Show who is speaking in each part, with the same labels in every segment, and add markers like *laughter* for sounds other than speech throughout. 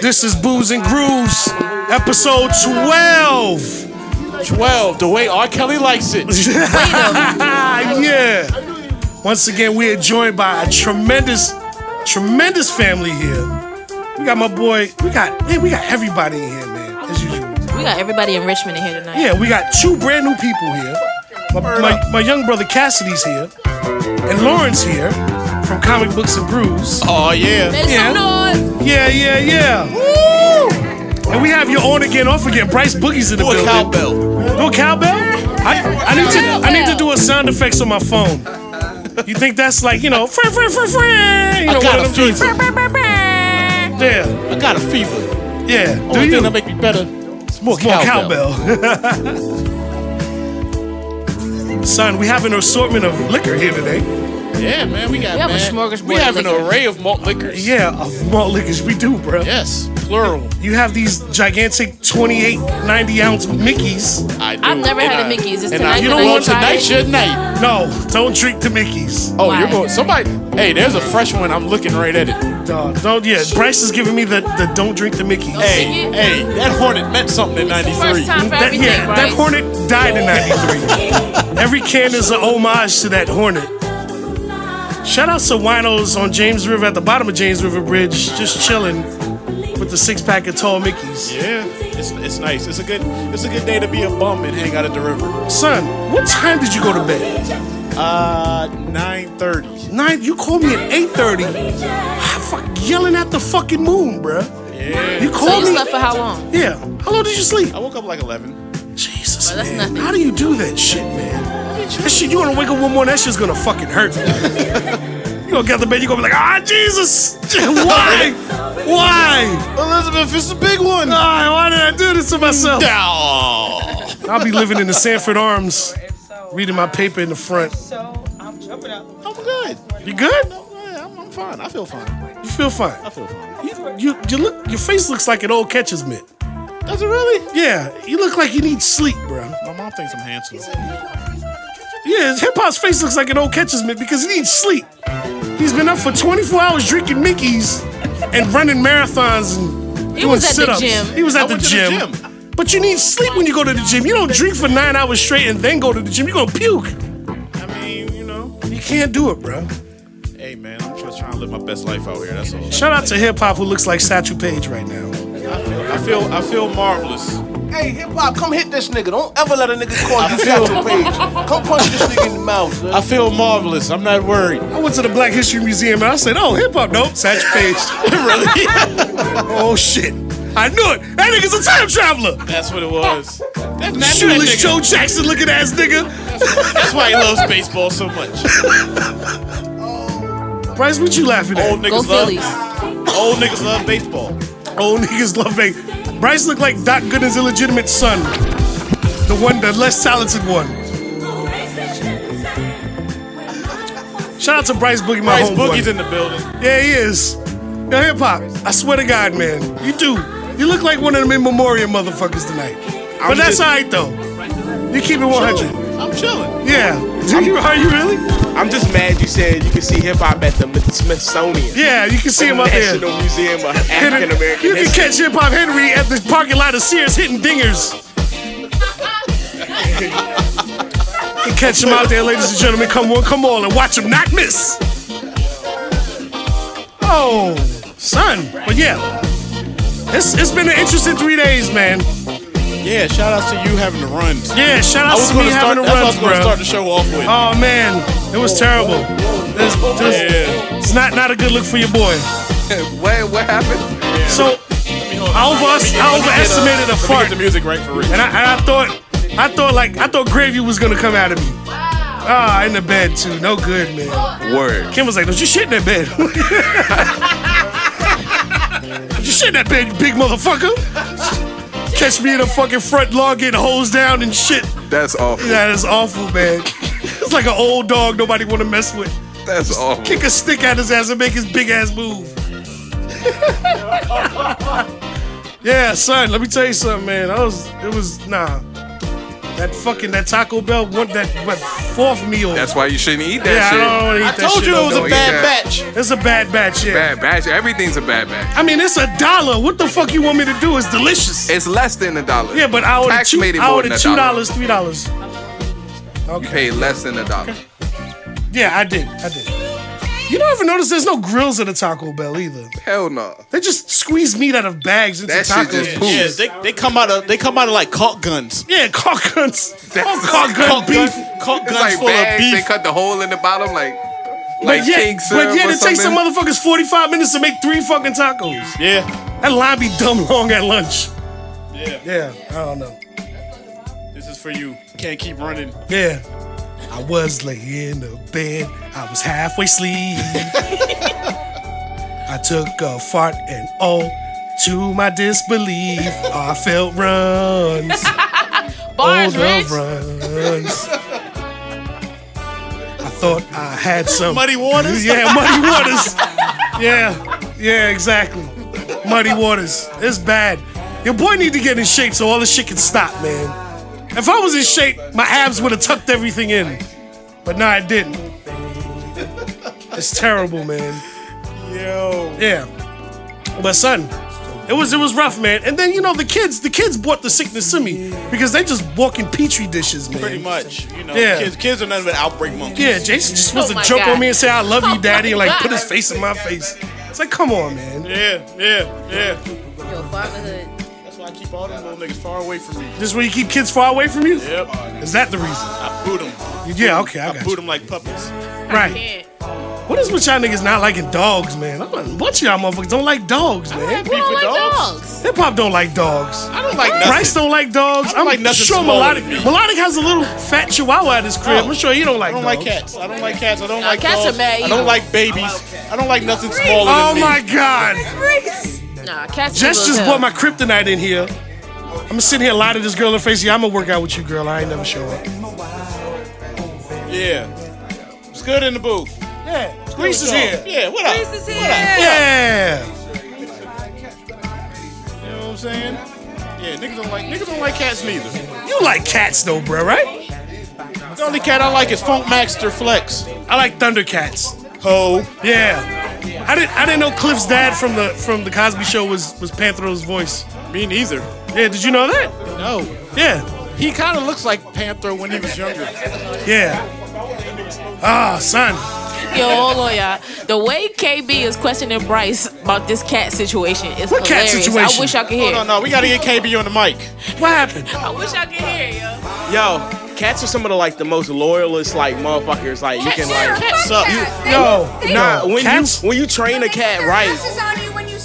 Speaker 1: This is Booze and Grooves, episode 12.
Speaker 2: 12, the way R. Kelly likes it.
Speaker 1: yeah. Once again, we are joined by a tremendous, tremendous family here. We got my boy, we got, hey, we got everybody in here, man, as usual.
Speaker 3: We got everybody in Richmond in here tonight.
Speaker 1: Yeah, we got two brand new people here. My, my, my young brother Cassidy's here, and Lauren's here from Comic Books and Brews.
Speaker 2: *laughs* Oh, yeah.
Speaker 3: Make
Speaker 1: Yeah.
Speaker 3: some noise.
Speaker 1: Yeah, yeah, yeah. And we have your on again, off again. Bryce Boogie's in the
Speaker 2: Do a
Speaker 1: building.
Speaker 2: cowbell.
Speaker 1: Do a cowbell? I, I need to I need to do a sound effects on my phone. You think that's like you know, fr- fr- fr- fr- you know,
Speaker 2: I
Speaker 1: one
Speaker 2: got a
Speaker 1: of them things.
Speaker 2: fever.
Speaker 1: Yeah,
Speaker 2: I got a fever.
Speaker 1: yeah. Do
Speaker 2: Only
Speaker 1: you?
Speaker 2: thing that make me better is more,
Speaker 1: It's more cowbell. Son, we have an assortment of liquor here today.
Speaker 2: Yeah, man, we got
Speaker 3: We have a
Speaker 2: man,
Speaker 3: smorgasbord
Speaker 2: We have an
Speaker 3: liquor.
Speaker 2: array of malt liquors.
Speaker 1: Yeah, of malt liquors we do, bro.
Speaker 2: Yes, plural.
Speaker 1: You have these gigantic 28, 90 ounce Mickeys.
Speaker 2: I do.
Speaker 3: I've never
Speaker 2: and
Speaker 3: had a
Speaker 2: I-
Speaker 3: Mickey's. It's
Speaker 2: and
Speaker 3: tonight
Speaker 2: I, you
Speaker 3: that
Speaker 2: don't
Speaker 3: I
Speaker 2: want
Speaker 3: tried
Speaker 2: tonight's
Speaker 3: it.
Speaker 2: your night.
Speaker 1: No, don't drink the Mickeys.
Speaker 2: Oh, you're
Speaker 3: Why?
Speaker 2: going. Somebody. Hey, there's a fresh one. I'm looking right at it.
Speaker 1: Dog, don't. Yeah, Bryce is giving me the, the don't drink the Mickeys.
Speaker 2: Hey,
Speaker 3: Take it.
Speaker 2: hey, that hornet meant something in
Speaker 3: It's the
Speaker 2: '93.
Speaker 3: first time for
Speaker 1: That,
Speaker 3: everything,
Speaker 1: yeah,
Speaker 3: right?
Speaker 1: that hornet died in
Speaker 3: *laughs*
Speaker 1: 93. Every can is an homage to that hornet. Shout out to Winos on James River at the bottom of James River Bridge, just chilling with the six pack of tall Mickeys.
Speaker 2: Yeah, it's, it's nice. It's a good it's a good day to be a bum and hang out at the river.
Speaker 1: Son, what time did you go to bed?
Speaker 2: Uh, nine thirty.
Speaker 1: Nine, you called me at 8.30. Fuck, yelling at the fucking moon, bruh.
Speaker 2: Yeah.
Speaker 1: You
Speaker 3: So
Speaker 1: called
Speaker 3: you
Speaker 1: me.
Speaker 3: slept for how long?
Speaker 1: yeah. How long did you sleep?
Speaker 2: I woke up like eleven.
Speaker 1: Jesus,
Speaker 3: Well, that's
Speaker 1: man.
Speaker 3: nothing.
Speaker 1: How do you do that shit, man? That shit, you gonna wake up one morning, that shit's gonna fucking hurt. you gonna get out the bed, you gonna be like, ah, Jesus, *laughs* why, why,
Speaker 2: Elizabeth, it's a big one.
Speaker 1: Ah, why did I do this to myself?
Speaker 2: Dow.
Speaker 1: I'll be living in the Sanford Arms, reading my paper in the front.
Speaker 4: So I'm jumping out the window.
Speaker 2: I'm good.
Speaker 1: You good?
Speaker 2: Yeah, I'm, I'm fine. I feel fine.
Speaker 1: You feel
Speaker 2: I
Speaker 1: fine.
Speaker 2: feel fine.
Speaker 1: You, you, you look, your face looks like an old catcher's mitt.
Speaker 2: Does it really?
Speaker 1: Yeah, you look like you need sleep, bro.
Speaker 2: My mom thinks I'm handsome.
Speaker 1: Yeah, hip hop's face looks like an old catcher's mitt because he needs sleep. He's been up for 24 hours drinking Mickey's and running marathons and
Speaker 3: He
Speaker 1: doing
Speaker 3: was at the
Speaker 1: sit-ups.
Speaker 3: gym.
Speaker 1: He was at
Speaker 2: I
Speaker 1: the
Speaker 2: went to
Speaker 1: gym.
Speaker 2: the
Speaker 1: But you need sleep when you go to the gym. You don't drink for nine hours straight and then go to the gym. You're gonna puke.
Speaker 2: I mean, you know.
Speaker 1: You can't do it, bro.
Speaker 2: Hey, man, I'm just trying to live my best life out here. That's all.
Speaker 1: Shout out to hip hop who looks like Satchel Paige right now.
Speaker 2: I feel I feel marvelous.
Speaker 5: Hey, hip hop, come hit this nigga. Don't ever let a nigga call you Satchel Page. Come punch this nigga in the mouth, son.
Speaker 2: I feel marvelous. I'm not worried. *laughs*
Speaker 1: I went to the Black History Museum and I said, oh, hip hop, nope, Satchel Paige.
Speaker 2: really?
Speaker 1: *laughs*
Speaker 2: *laughs*
Speaker 1: oh shit. I knew it. That nigga's a time traveler.
Speaker 2: That's what it was. That, that, that
Speaker 1: Shoeless
Speaker 2: nigga-
Speaker 1: Joe Jackson looking ass nigga.
Speaker 2: That's why he loves baseball so much.
Speaker 1: Bryce, what you laughing at?
Speaker 2: Old niggas
Speaker 3: Go
Speaker 2: love
Speaker 3: Phillies.
Speaker 2: old niggas love baseball.
Speaker 1: Old niggas love Vegas. Bryce looked like Doc Gooden's illegitimate son. The one, the less talented one. Shout out to Bryce Boogie, my
Speaker 2: Bryce
Speaker 1: homeboy.
Speaker 2: Boogie's in the building.
Speaker 1: yeah, he is. Yo, hip hop. I swear to God, man, you do. You look like one of them in memoriam motherfuckers tonight. but
Speaker 2: was
Speaker 1: that's
Speaker 2: just-
Speaker 1: all right though. You keep it 100.
Speaker 2: I'm chilling.
Speaker 1: Yeah. Do you, are you really?
Speaker 5: I'm just mad you said you can see hip hop at the Smithsonian.
Speaker 1: Yeah, you can see him up there.
Speaker 5: National Museum of African American
Speaker 1: You can
Speaker 5: History.
Speaker 1: catch Hip Hop Henry at the parking lot of Sears hitting dingers. You can catch him out there, ladies and gentlemen. Come on, come on, and watch him not miss. Oh, son. But yeah, it's, it's been an interesting three days, man.
Speaker 2: Yeah, shout outs to you having the runs.
Speaker 1: Yeah, shout
Speaker 2: I
Speaker 1: out
Speaker 2: was
Speaker 1: to me
Speaker 2: going to start.
Speaker 1: having the
Speaker 2: That's what I
Speaker 1: runs,
Speaker 2: was going to
Speaker 1: bro.
Speaker 2: start the show off with.
Speaker 1: Oh man, it was terrible. It's, it's-
Speaker 2: yeah.
Speaker 1: it's not not a good look for your boy.
Speaker 5: Wait, what happened?
Speaker 1: So I over I overestimated a
Speaker 2: Let me
Speaker 1: fart.
Speaker 2: get the music right for Rich.
Speaker 1: And I, and I thought, I thought like, I thought gravy was gonna come out of me. Ah, in the bed too. No good, man.
Speaker 5: Word.
Speaker 1: Kim was like, "Don't you shit in that bed? *laughs* Don't you shit in that bed, you big motherfucker? Catch me in the fucking front lawn getting hosed down and shit.
Speaker 6: That's awful.
Speaker 1: That is awful, man. It's like an old dog nobody want to mess with.
Speaker 6: That's awful.
Speaker 1: Kick a stick at his ass and make his big ass move." *laughs* yeah, son. Let me tell you something, man. I was, it was nah. That fucking that Taco Bell want that what, fourth meal.
Speaker 6: That's why you shouldn't eat that
Speaker 1: yeah,
Speaker 6: shit.
Speaker 1: I don't want to eat
Speaker 2: I
Speaker 1: that
Speaker 2: told
Speaker 1: shit.
Speaker 2: you it
Speaker 1: no
Speaker 2: was
Speaker 1: more.
Speaker 2: a
Speaker 6: eat
Speaker 2: bad
Speaker 6: that.
Speaker 2: batch.
Speaker 1: It's a bad batch, yeah.
Speaker 6: Bad batch. Everything's a bad batch.
Speaker 1: I mean, it's a dollar. What the fuck you want me to do? It's delicious.
Speaker 6: It's less than a dollar.
Speaker 1: yeah, but I ordered
Speaker 6: Tax
Speaker 1: two,
Speaker 6: made it
Speaker 1: I
Speaker 6: more
Speaker 1: ordered
Speaker 6: than a
Speaker 1: two
Speaker 6: dollar.
Speaker 1: dollars, three dollars.
Speaker 6: You pay less than a dollar.
Speaker 1: Yeah, I did. I did. You don't ever notice there's no grills at a Taco Bell either.
Speaker 6: Hell no.
Speaker 1: They just squeeze meat out of bags into
Speaker 6: That shit
Speaker 1: tacos.
Speaker 6: just
Speaker 2: Yeah,
Speaker 6: poof.
Speaker 2: they, they come out of they come out of like caulk guns.
Speaker 1: yeah, cock guns.
Speaker 6: *laughs* That's-
Speaker 1: Cock gun
Speaker 2: Caulk
Speaker 1: beef.
Speaker 2: beef, caulk
Speaker 6: It's
Speaker 2: guns
Speaker 6: like
Speaker 2: full of
Speaker 6: bags. They
Speaker 2: beef.
Speaker 6: cut the hole in the bottom like. Like
Speaker 1: But yeah,
Speaker 6: cake
Speaker 1: but
Speaker 6: syrup
Speaker 1: yeah,
Speaker 6: uh, or
Speaker 1: it takes some
Speaker 6: something.
Speaker 1: motherfuckers 45 minutes to make three fucking tacos.
Speaker 2: Yeah,
Speaker 1: That line be dumb long at lunch.
Speaker 2: yeah.
Speaker 1: Yeah, I don't know.
Speaker 2: This is for you. Can't keep running.
Speaker 1: Yeah. I was laying in the bed, I was halfway asleep.
Speaker 6: *laughs*
Speaker 1: I took a fart and oh, to my disbelief, I felt runs.
Speaker 3: Bars,
Speaker 1: the
Speaker 3: Rich.
Speaker 1: runs. I thought I had some
Speaker 2: Muddy waters?
Speaker 1: Yeah, muddy waters. Yeah, yeah, exactly. Muddy waters. It's bad. Your boy need to get in shape so all this shit can stop, man. If I was in shape, my abs would have tucked everything in, but nah, it didn't. It's terrible, man.
Speaker 2: Yo,
Speaker 1: Yeah. But son, it was it was rough, man. And then you know the kids, the kids brought the sickness to me because they just walking petri dishes, man.
Speaker 2: pretty much. You know,
Speaker 1: Yeah.
Speaker 2: kids kids are nothing but outbreak monkeys.
Speaker 1: Yeah, Jason just wants
Speaker 3: Oh
Speaker 1: to
Speaker 3: my
Speaker 1: jump
Speaker 3: God.
Speaker 1: on me and say I love
Speaker 3: *laughs* Oh
Speaker 1: you,
Speaker 3: my
Speaker 1: daddy, and like put his
Speaker 3: God.
Speaker 1: face in my face. It's like, come on, man.
Speaker 2: yeah, yeah, yeah.
Speaker 3: Yo, fatherhood.
Speaker 2: That's why I keep all them little niggas far away from me.
Speaker 1: This is where you keep kids far away from you?
Speaker 2: Yep,
Speaker 1: Is that the reason?
Speaker 2: I boot them.
Speaker 1: Yeah, okay, I
Speaker 2: I
Speaker 1: got
Speaker 2: boot
Speaker 1: you.
Speaker 2: them like puppies.
Speaker 1: Right. What is with y'all niggas not liking dogs, man? I'm like, what y'all motherfuckers don't like dogs, man?
Speaker 3: We don't
Speaker 2: with
Speaker 3: like
Speaker 2: dogs?
Speaker 3: dogs.
Speaker 1: Hip hop don't like dogs.
Speaker 2: I don't like nothing.
Speaker 1: Bryce don't like dogs.
Speaker 2: I don't
Speaker 1: I'm
Speaker 2: like nothing
Speaker 1: sure
Speaker 2: smaller
Speaker 1: Melodic.
Speaker 2: than me.
Speaker 1: Melodic has a little fat chihuahua at his crib. I'm sure he don't like
Speaker 2: I
Speaker 1: dogs.
Speaker 2: don't like cats. I don't like cats. I don't
Speaker 3: Nah,
Speaker 2: like
Speaker 3: cats are
Speaker 2: dogs.
Speaker 3: mad
Speaker 2: I don't
Speaker 3: evil.
Speaker 2: like babies. I don't like nothing smaller
Speaker 1: Oh
Speaker 2: than me.
Speaker 1: my god.
Speaker 3: Nah, cats.
Speaker 1: Jess just brought my kryptonite in here. I'm sitting here lying to this girl in the face. Yeah, I'm gonna work out with you, girl. I ain't never show up.
Speaker 2: Yeah. It's good in the booth.
Speaker 1: Yeah. Reese is here.
Speaker 2: Yeah, what up?
Speaker 3: Reese is here.
Speaker 1: Yeah.
Speaker 2: You know what I'm saying? Yeah, niggas don't like niggas don't like cats neither.
Speaker 1: You like cats though, bro, right?
Speaker 2: The only cat I like is Funk Master Flex.
Speaker 1: I like Thundercats.
Speaker 2: Ho.
Speaker 1: Yeah. I didn't I didn't know Cliff's dad from the from the Cosby show was was Panthro's voice.
Speaker 2: Me neither.
Speaker 1: Yeah, did you know that?
Speaker 2: No.
Speaker 1: Yeah.
Speaker 2: He kind of looks like Panther when he was younger.
Speaker 1: Yeah. Ah, son.
Speaker 3: Yo, hold on, y'all. The way KB is questioning Bryce about this cat situation is
Speaker 1: What cat
Speaker 3: hilarious.
Speaker 1: situation?
Speaker 3: I wish I could
Speaker 2: No,
Speaker 3: hear.
Speaker 2: no, no. We gotta get KB on the mic.
Speaker 1: What happened?
Speaker 3: I wish I could hear, yo.
Speaker 7: Yo, cats are some of the like the most loyalist like motherfuckers. Like you can like
Speaker 3: Cats.
Speaker 2: Sup?
Speaker 1: Yo,
Speaker 7: nah when
Speaker 1: Oh, cats,
Speaker 7: you when you train a cat right,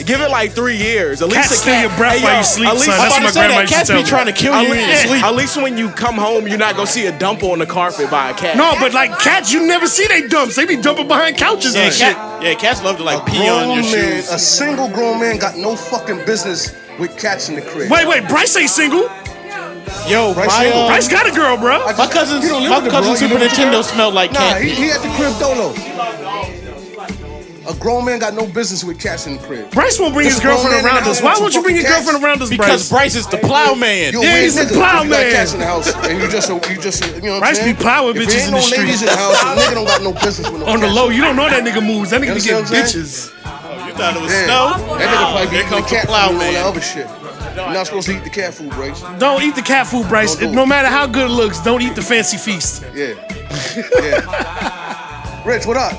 Speaker 7: give it like three years. At least
Speaker 1: cats
Speaker 7: a
Speaker 1: steal
Speaker 7: cat,
Speaker 1: your breath
Speaker 7: Hey,
Speaker 1: while
Speaker 7: yo,
Speaker 1: you sleep,
Speaker 7: At least,
Speaker 1: son.
Speaker 2: I'm
Speaker 1: That's what
Speaker 2: about to
Speaker 1: my
Speaker 2: say
Speaker 1: grandma
Speaker 2: that
Speaker 1: used to
Speaker 2: cats
Speaker 1: tell
Speaker 2: be
Speaker 1: me.
Speaker 2: trying to kill you in your
Speaker 7: at least-
Speaker 2: sleep.
Speaker 7: at least when you come home, you're not gonna see a dump on the carpet by a cat.
Speaker 1: No, but like cats, you never see they dumps. They be dumping behind couches
Speaker 2: Yeah,
Speaker 1: and shit.
Speaker 2: cat, yeah, cats love to like pee
Speaker 5: Grown
Speaker 2: on your
Speaker 5: man,
Speaker 2: shoes.
Speaker 5: a single grown man got no fucking business with cats in the crib.
Speaker 1: Wait, wait, Bryce ain't single.
Speaker 2: Yo,
Speaker 5: Bryce
Speaker 2: my,
Speaker 5: Hill.
Speaker 2: uh,
Speaker 1: Bryce got a girl, bro.
Speaker 2: my cousin's
Speaker 5: You don't live
Speaker 2: my
Speaker 5: with the
Speaker 2: cousin's
Speaker 5: bro, you
Speaker 2: Super
Speaker 5: live with the
Speaker 2: Nintendo
Speaker 5: girl.
Speaker 2: smelled like
Speaker 5: Nah,
Speaker 2: cat.
Speaker 5: he, he at the crib dolo. A grown man got no business with cats in the crib.
Speaker 1: Bryce won't bring
Speaker 5: This
Speaker 1: his
Speaker 5: grown man in
Speaker 1: girlfriend
Speaker 5: the
Speaker 1: around
Speaker 5: house
Speaker 1: us. Why
Speaker 5: with
Speaker 1: won't you
Speaker 5: some
Speaker 1: bring your
Speaker 5: fucking
Speaker 1: girlfriend around us,
Speaker 2: Because
Speaker 1: Bryce?
Speaker 2: Bryce is the plowman.
Speaker 5: You a
Speaker 1: Yeah,
Speaker 5: weird
Speaker 1: he's a
Speaker 5: nigga if you got
Speaker 1: plowman.
Speaker 5: cats in the house and you just a, you just a, you know what I'm
Speaker 1: Bryce be
Speaker 5: saying?
Speaker 1: plowing
Speaker 5: If
Speaker 1: bitches
Speaker 5: there ain't
Speaker 1: in
Speaker 5: no
Speaker 1: the street.
Speaker 5: ladies in the house, a nigga don't got no business with no
Speaker 1: *laughs* On the
Speaker 5: cats.
Speaker 1: low, you don't know that nigga moves. That nigga be
Speaker 5: understand
Speaker 1: getting
Speaker 5: what I'm
Speaker 1: bitches.
Speaker 2: You thought it was
Speaker 5: Yeah.
Speaker 2: snow?
Speaker 5: That nigga probably be eating
Speaker 2: Here
Speaker 5: the
Speaker 2: comes the
Speaker 5: cat food and all
Speaker 2: plowman.
Speaker 5: that other shit. You're not supposed to eat the cat food, Bryce.
Speaker 1: Don't eat the cat food, Bryce.
Speaker 5: Don't do it.
Speaker 1: No matter how good it looks, don't eat the fancy feast.
Speaker 5: Yeah. yeah. Rich, what up?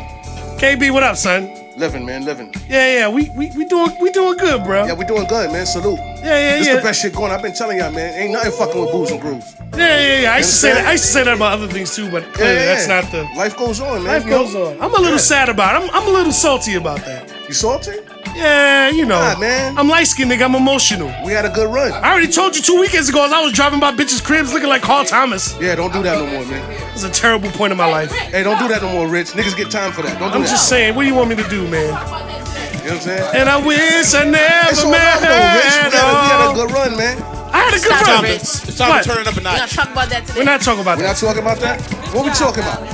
Speaker 1: KB, what up, son?
Speaker 5: Living, man, living.
Speaker 1: Yeah, yeah, we we, we doing we doing good, bro.
Speaker 5: Yeah,
Speaker 1: Yeah,
Speaker 5: we doing good, man. Salute.
Speaker 1: yeah,
Speaker 5: This
Speaker 1: yeah.
Speaker 5: the best shit going. I've been telling y'all, man. Ain't nothing fucking with booze and grooves.
Speaker 1: Yeah, yeah, yeah. I used to say
Speaker 5: understand?
Speaker 1: that. I used to say that about other things too, but
Speaker 5: Yeah,
Speaker 1: clearly that's
Speaker 5: yeah.
Speaker 1: not the
Speaker 5: Life goes on, man.
Speaker 1: life
Speaker 5: you know?
Speaker 1: goes on. I'm a little sad about. It. I'm I'm a little salty about that.
Speaker 5: You salty?
Speaker 1: Yeah, you know.
Speaker 5: Nah, man.
Speaker 1: I'm light skinned, nigga. I'm emotional.
Speaker 5: We had a good run.
Speaker 1: I already told you two weekends ago as I was driving by bitches' cribs looking like Carl Thomas.
Speaker 5: Yeah, don't do that no more, man.
Speaker 1: It was a terrible point in my life.
Speaker 5: Hey, don't do that no more, Rich. Niggas get time for that. Don't do
Speaker 1: I'm
Speaker 5: that.
Speaker 1: just saying, what do you want me to do, man?
Speaker 5: you know what I'm saying?
Speaker 1: And I wish I never
Speaker 5: It's all
Speaker 1: met
Speaker 5: love, though, Rich. We had, a, we had a
Speaker 1: her.
Speaker 5: good run, man.
Speaker 1: I had a good
Speaker 3: Stop
Speaker 1: time.
Speaker 3: it,
Speaker 2: It's time
Speaker 1: What?
Speaker 2: to turn it up a
Speaker 3: We're
Speaker 2: notch.
Speaker 3: gonna talk about that
Speaker 1: We're
Speaker 3: today.
Speaker 1: not talking about
Speaker 5: We not
Speaker 1: that.
Speaker 5: talking about that? What we talking about?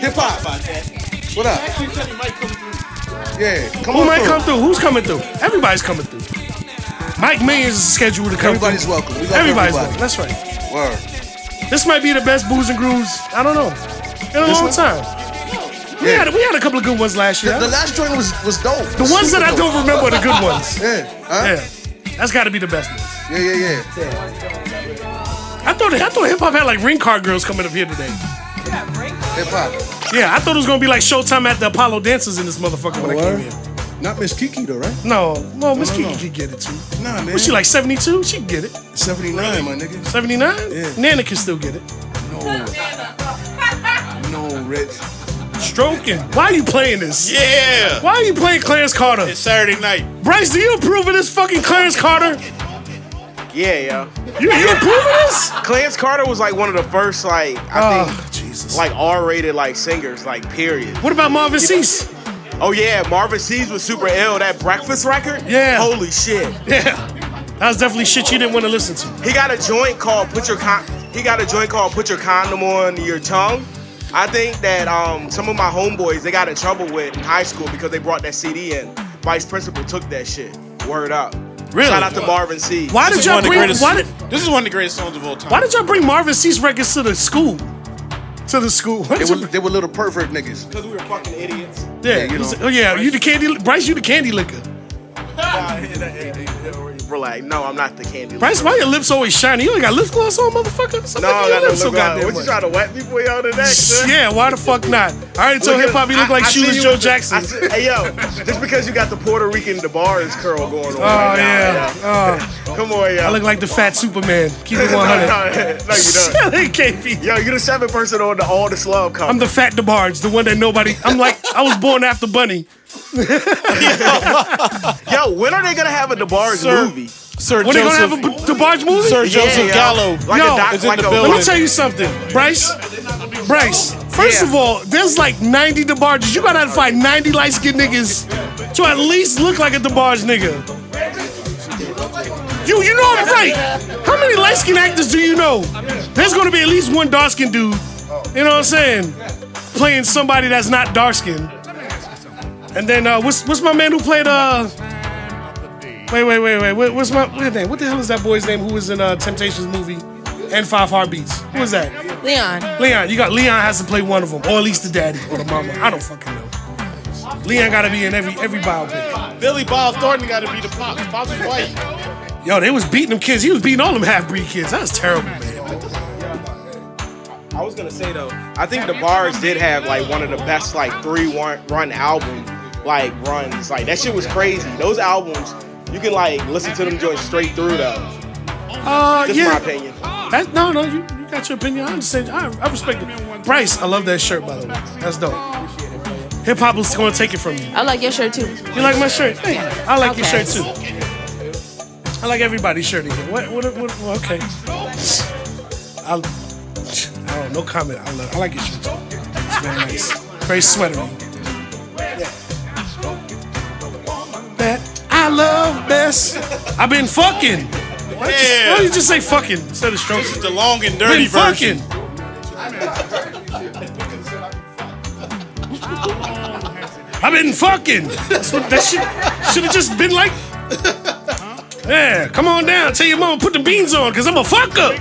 Speaker 5: Hip hop. What up? Yeah, come
Speaker 1: Who
Speaker 5: on
Speaker 1: might
Speaker 5: through.
Speaker 1: come through? Who's coming through? Everybody's coming through. Mike Millions is scheduled to come
Speaker 5: Everybody's
Speaker 1: through.
Speaker 5: welcome. We love
Speaker 1: Everybody's
Speaker 5: everybody.
Speaker 1: welcome. That's right.
Speaker 5: Word.
Speaker 1: This might be the best booze and grooves. I don't know. In a
Speaker 5: This
Speaker 1: long
Speaker 5: one?
Speaker 1: time. We
Speaker 5: Yeah.
Speaker 1: had we had a couple of good ones last year.
Speaker 5: The
Speaker 1: The,
Speaker 5: last joint was was dope. The
Speaker 1: ones that I don't remember are the good ones.
Speaker 5: Yeah, huh?
Speaker 1: Yeah. That's gotta be the best ones.
Speaker 5: yeah, yeah, yeah.
Speaker 1: I thought I thought hip hop had like ring car girls coming up here today.
Speaker 5: Hip hop.
Speaker 1: Yeah, I thought it was gonna be like Showtime at the Apollo dances in this motherfucker when I came
Speaker 5: Word?
Speaker 1: here.
Speaker 5: Not Miss Kiki though, right?
Speaker 1: No, well, Miss
Speaker 5: no,
Speaker 1: Kiki
Speaker 5: no.
Speaker 1: could get it too.
Speaker 5: Nah, man.
Speaker 1: Was she like 72? She can get it.
Speaker 5: 79, my nigga.
Speaker 1: 79?
Speaker 5: Yeah.
Speaker 1: Nana can still get it.
Speaker 5: No, Rich.
Speaker 1: Stroking. Why are you playing this?
Speaker 2: Yeah.
Speaker 1: Why are you playing Clarence Carter?
Speaker 2: It's Saturday night.
Speaker 1: Bryce, do you approve of this fucking Clarence Carter?
Speaker 7: Yeah, yeah.
Speaker 1: You, you approve of this?
Speaker 7: Clarence Carter was like one of the first like I
Speaker 1: Oh, Jesus.
Speaker 7: think like R-rated like singers like period.
Speaker 1: What about Marvin Cease?
Speaker 7: Oh yeah, Marvin Sees was super ill. That breakfast record.
Speaker 1: Yeah.
Speaker 7: Holy shit.
Speaker 1: Yeah. That was definitely shit you didn't want to listen to.
Speaker 7: He got a joint called Put Your Con- He got a joint called Put Your Condom on Your Tongue. I think that um, some of my homeboys they got in trouble with in high school because they brought that CD in. Vice principal took that shit. Word up.
Speaker 1: Really?
Speaker 7: Shout out to Marvin C.
Speaker 1: Why did
Speaker 2: This is one
Speaker 1: y'all
Speaker 2: of the
Speaker 1: bring
Speaker 2: greatest.
Speaker 1: why did,
Speaker 2: This is one of the greatest songs of all time.
Speaker 1: why did y'all bring Marvin Cease records to the school? To the school. Why
Speaker 5: They
Speaker 1: did
Speaker 5: were,
Speaker 1: y'all-
Speaker 5: they were little pervert niggas.
Speaker 7: Because we were fucking idiots.
Speaker 1: yeah,
Speaker 5: you know.
Speaker 1: oh yeah, you the candy Bryce, you the candy liquor.
Speaker 7: We're like, no, I'm not the candy.
Speaker 1: Bryce, why your lips always shiny? You ain't got lip gloss on, motherfucker. Stop
Speaker 7: No,
Speaker 1: licking your
Speaker 7: I got no
Speaker 1: lips so
Speaker 7: look out.
Speaker 1: goddamn
Speaker 7: What you
Speaker 1: much.
Speaker 7: trying to wet me for y'all today? son?
Speaker 1: Yeah, why the fuck not? I already told
Speaker 7: Look
Speaker 1: hip hop he
Speaker 7: at-
Speaker 1: looked
Speaker 7: I-
Speaker 1: like
Speaker 7: I
Speaker 1: she
Speaker 7: see
Speaker 1: was
Speaker 7: you
Speaker 1: Joe
Speaker 7: with the- I
Speaker 1: Jackson.
Speaker 7: see- hey yo, just because you got the Puerto Rican the bars curl going on.
Speaker 1: Oh yeah. Oh,
Speaker 7: Come on, y'all.
Speaker 1: I look like the fat Superman. Keep it
Speaker 7: no,
Speaker 1: 100.
Speaker 7: *laughs* no, no, you don't.
Speaker 1: It can't be.
Speaker 7: Yo, you're the seventh person on the all the slum cover.
Speaker 1: I'm the fat DeBarge, the one that nobody. I'm like, I was born after Bunny.
Speaker 7: Yo, when are they gonna have a DeBarge
Speaker 2: Sir,
Speaker 7: movie?
Speaker 2: Sir
Speaker 1: When they gonna have
Speaker 2: Joseph,
Speaker 1: a B- DeBarge movie?
Speaker 2: Sir Joseph
Speaker 7: yo.
Speaker 2: Gallo.
Speaker 7: Like
Speaker 1: Yo,
Speaker 7: a doc,
Speaker 2: is in
Speaker 7: like
Speaker 2: the
Speaker 7: a,
Speaker 2: building.
Speaker 1: Let me tell you something, Bryce. Bryce, first
Speaker 7: Yeah.
Speaker 1: of all, there's like 90 DeBarges. You gotta find 90 light skinned niggas to at least look like a DeBarge nigga. You, you know I'm right. How many light skinned actors do you know? There's gonna be at least one dark skinned dude. You know what I'm saying? Playing somebody that's not dark skinned. And then uh, what's what's my man who played uh? Wait wait wait wait what, what's my what's his name? What the hell is that boy's name who was in uh, Temptations movie and Five Heartbeats? Who was that?
Speaker 3: Leon.
Speaker 1: Leon, you got Leon has to play one of them, or at least the daddy or the mama. I don't fucking know. Leon gotta be in every every biopic.
Speaker 2: Billy Bob Thornton got to be the pop. Pop's white.
Speaker 1: Yo, they was beating them kids. He was beating all them half breed kids. That was terrible, man.
Speaker 7: I was gonna say though, I think DeBarge did have like one of the best like three run, run album like runs. Like that shit was crazy. Those albums, you can like listen to them joints straight through though.
Speaker 1: Uh,
Speaker 7: That's my
Speaker 1: yeah.
Speaker 7: opinion.
Speaker 1: That, no, no, you, you got your opinion. I understand. I, I respect it. Bryce, I love that shirt by the way. That's dope. Hip hop is gonna take it from you.
Speaker 3: I like your shirt too.
Speaker 1: You like my shirt? Thank you. I like your
Speaker 3: Okay.
Speaker 1: shirt too. I like everybody's shirt again. What? What? what, what okay. I, I don't. No comment. I love. I like your shirt. Too. It's very nice. Very sweatery. That I love best. I've been fucking. Why don't, you, why don't you just say fucking instead of stroking?
Speaker 2: The long and
Speaker 1: Been
Speaker 2: dirty version.
Speaker 1: fucking. I've been fucking. That's what that shit should have just been like. Yeah, come on down. Tell your mom put the beans on, cause I'm a fucker.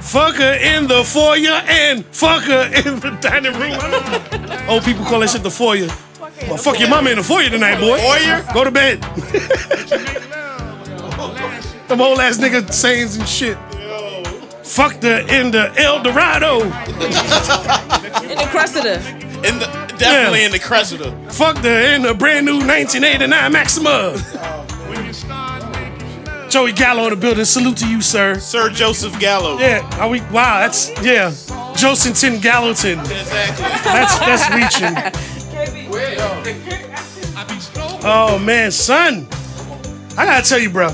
Speaker 1: Fucker in the foyer and fucker in the dining room. Old people call that shit the foyer. Well, fuck your mama in the foyer tonight, boy.
Speaker 2: Foyer?
Speaker 1: Go to bed. Them old ass nigga sayings and shit. Fuck the in the El Dorado.
Speaker 3: In the crust of the.
Speaker 2: In the definitely in the Cressida.
Speaker 1: Fuck the in the brand new 1989 Maxima. Joey Gallo in the building. Salute to you, sir.
Speaker 2: Sir Joseph Gallo.
Speaker 1: Yeah, are we? Wow, that's yeah. Josenton Gallatin. That's that's reaching. Oh man, son, I gotta tell you, bro,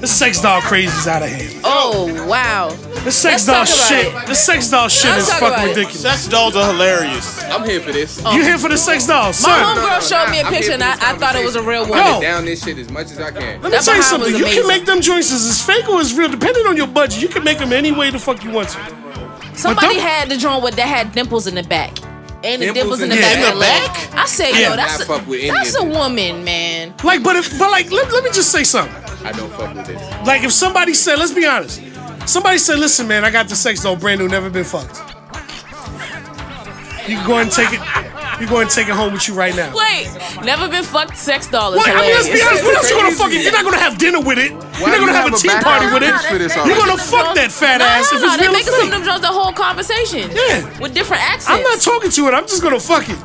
Speaker 1: this sex doll crazy is out of hand.
Speaker 3: Oh wow.
Speaker 1: This sex
Speaker 3: Let's
Speaker 1: doll
Speaker 3: talk
Speaker 1: shit,
Speaker 3: about it.
Speaker 1: this sex doll shit
Speaker 3: Let's
Speaker 1: is
Speaker 3: talk
Speaker 1: fucking
Speaker 3: about it.
Speaker 1: ridiculous.
Speaker 2: Sex dolls are hilarious.
Speaker 6: I'm here for this.
Speaker 1: You here for the sex doll,
Speaker 3: My
Speaker 1: son?
Speaker 6: no, no,
Speaker 3: homegirl showed me a
Speaker 6: nah, I'm
Speaker 3: picture
Speaker 6: here
Speaker 3: and
Speaker 6: for
Speaker 3: I,
Speaker 6: this
Speaker 3: I thought it was a real one.
Speaker 1: Yo.
Speaker 6: Down this shit as much as I can.
Speaker 1: Let me
Speaker 3: That
Speaker 1: tell you
Speaker 3: behind
Speaker 1: something.
Speaker 3: was
Speaker 1: You can
Speaker 3: amazing.
Speaker 1: make them joints as fake or as real, depending on your budget. You can make them any way the fuck you want to.
Speaker 3: Somebody
Speaker 1: them-
Speaker 3: had the joint with that had dimples in the back. And the
Speaker 6: Dimples
Speaker 3: dimples in the
Speaker 6: in the
Speaker 2: In
Speaker 3: back. of
Speaker 6: back.
Speaker 3: the
Speaker 2: the
Speaker 3: leg.
Speaker 2: back?
Speaker 3: I say,
Speaker 1: Yeah.
Speaker 3: yo, that's
Speaker 6: I fuck with
Speaker 3: a,
Speaker 6: any
Speaker 3: that's
Speaker 6: of
Speaker 3: a
Speaker 6: it.
Speaker 3: woman, man.
Speaker 1: Like, but if, but like, let, let me just say something.
Speaker 6: I don't fuck with this.
Speaker 1: Like, if somebody said, let's be honest, Somebody said, "Listen, man, I got the sex doll, brand new, never been fucked." You can go and take it. You go and take it home with you right now.
Speaker 3: Wait, never been fucked sex doll. is
Speaker 1: Wait, I mean, let's be
Speaker 3: hilarious.
Speaker 1: honest. What else you gonna fucking? You're not gonna have dinner with it. You're not
Speaker 6: do
Speaker 1: gonna
Speaker 6: you
Speaker 1: have,
Speaker 6: have
Speaker 1: a
Speaker 6: a
Speaker 1: tea
Speaker 6: back
Speaker 1: party with it.
Speaker 6: out for this
Speaker 1: You're
Speaker 6: already?
Speaker 1: gonna fuck that fat
Speaker 3: no,
Speaker 1: ass
Speaker 3: no,
Speaker 1: if
Speaker 3: no,
Speaker 1: it's
Speaker 3: They
Speaker 1: real
Speaker 3: making some of
Speaker 1: thing.
Speaker 3: them drugs the whole conversation.
Speaker 1: Yeah.
Speaker 3: With different accents.
Speaker 1: I'm not talking to it. I'm just gonna fuck it.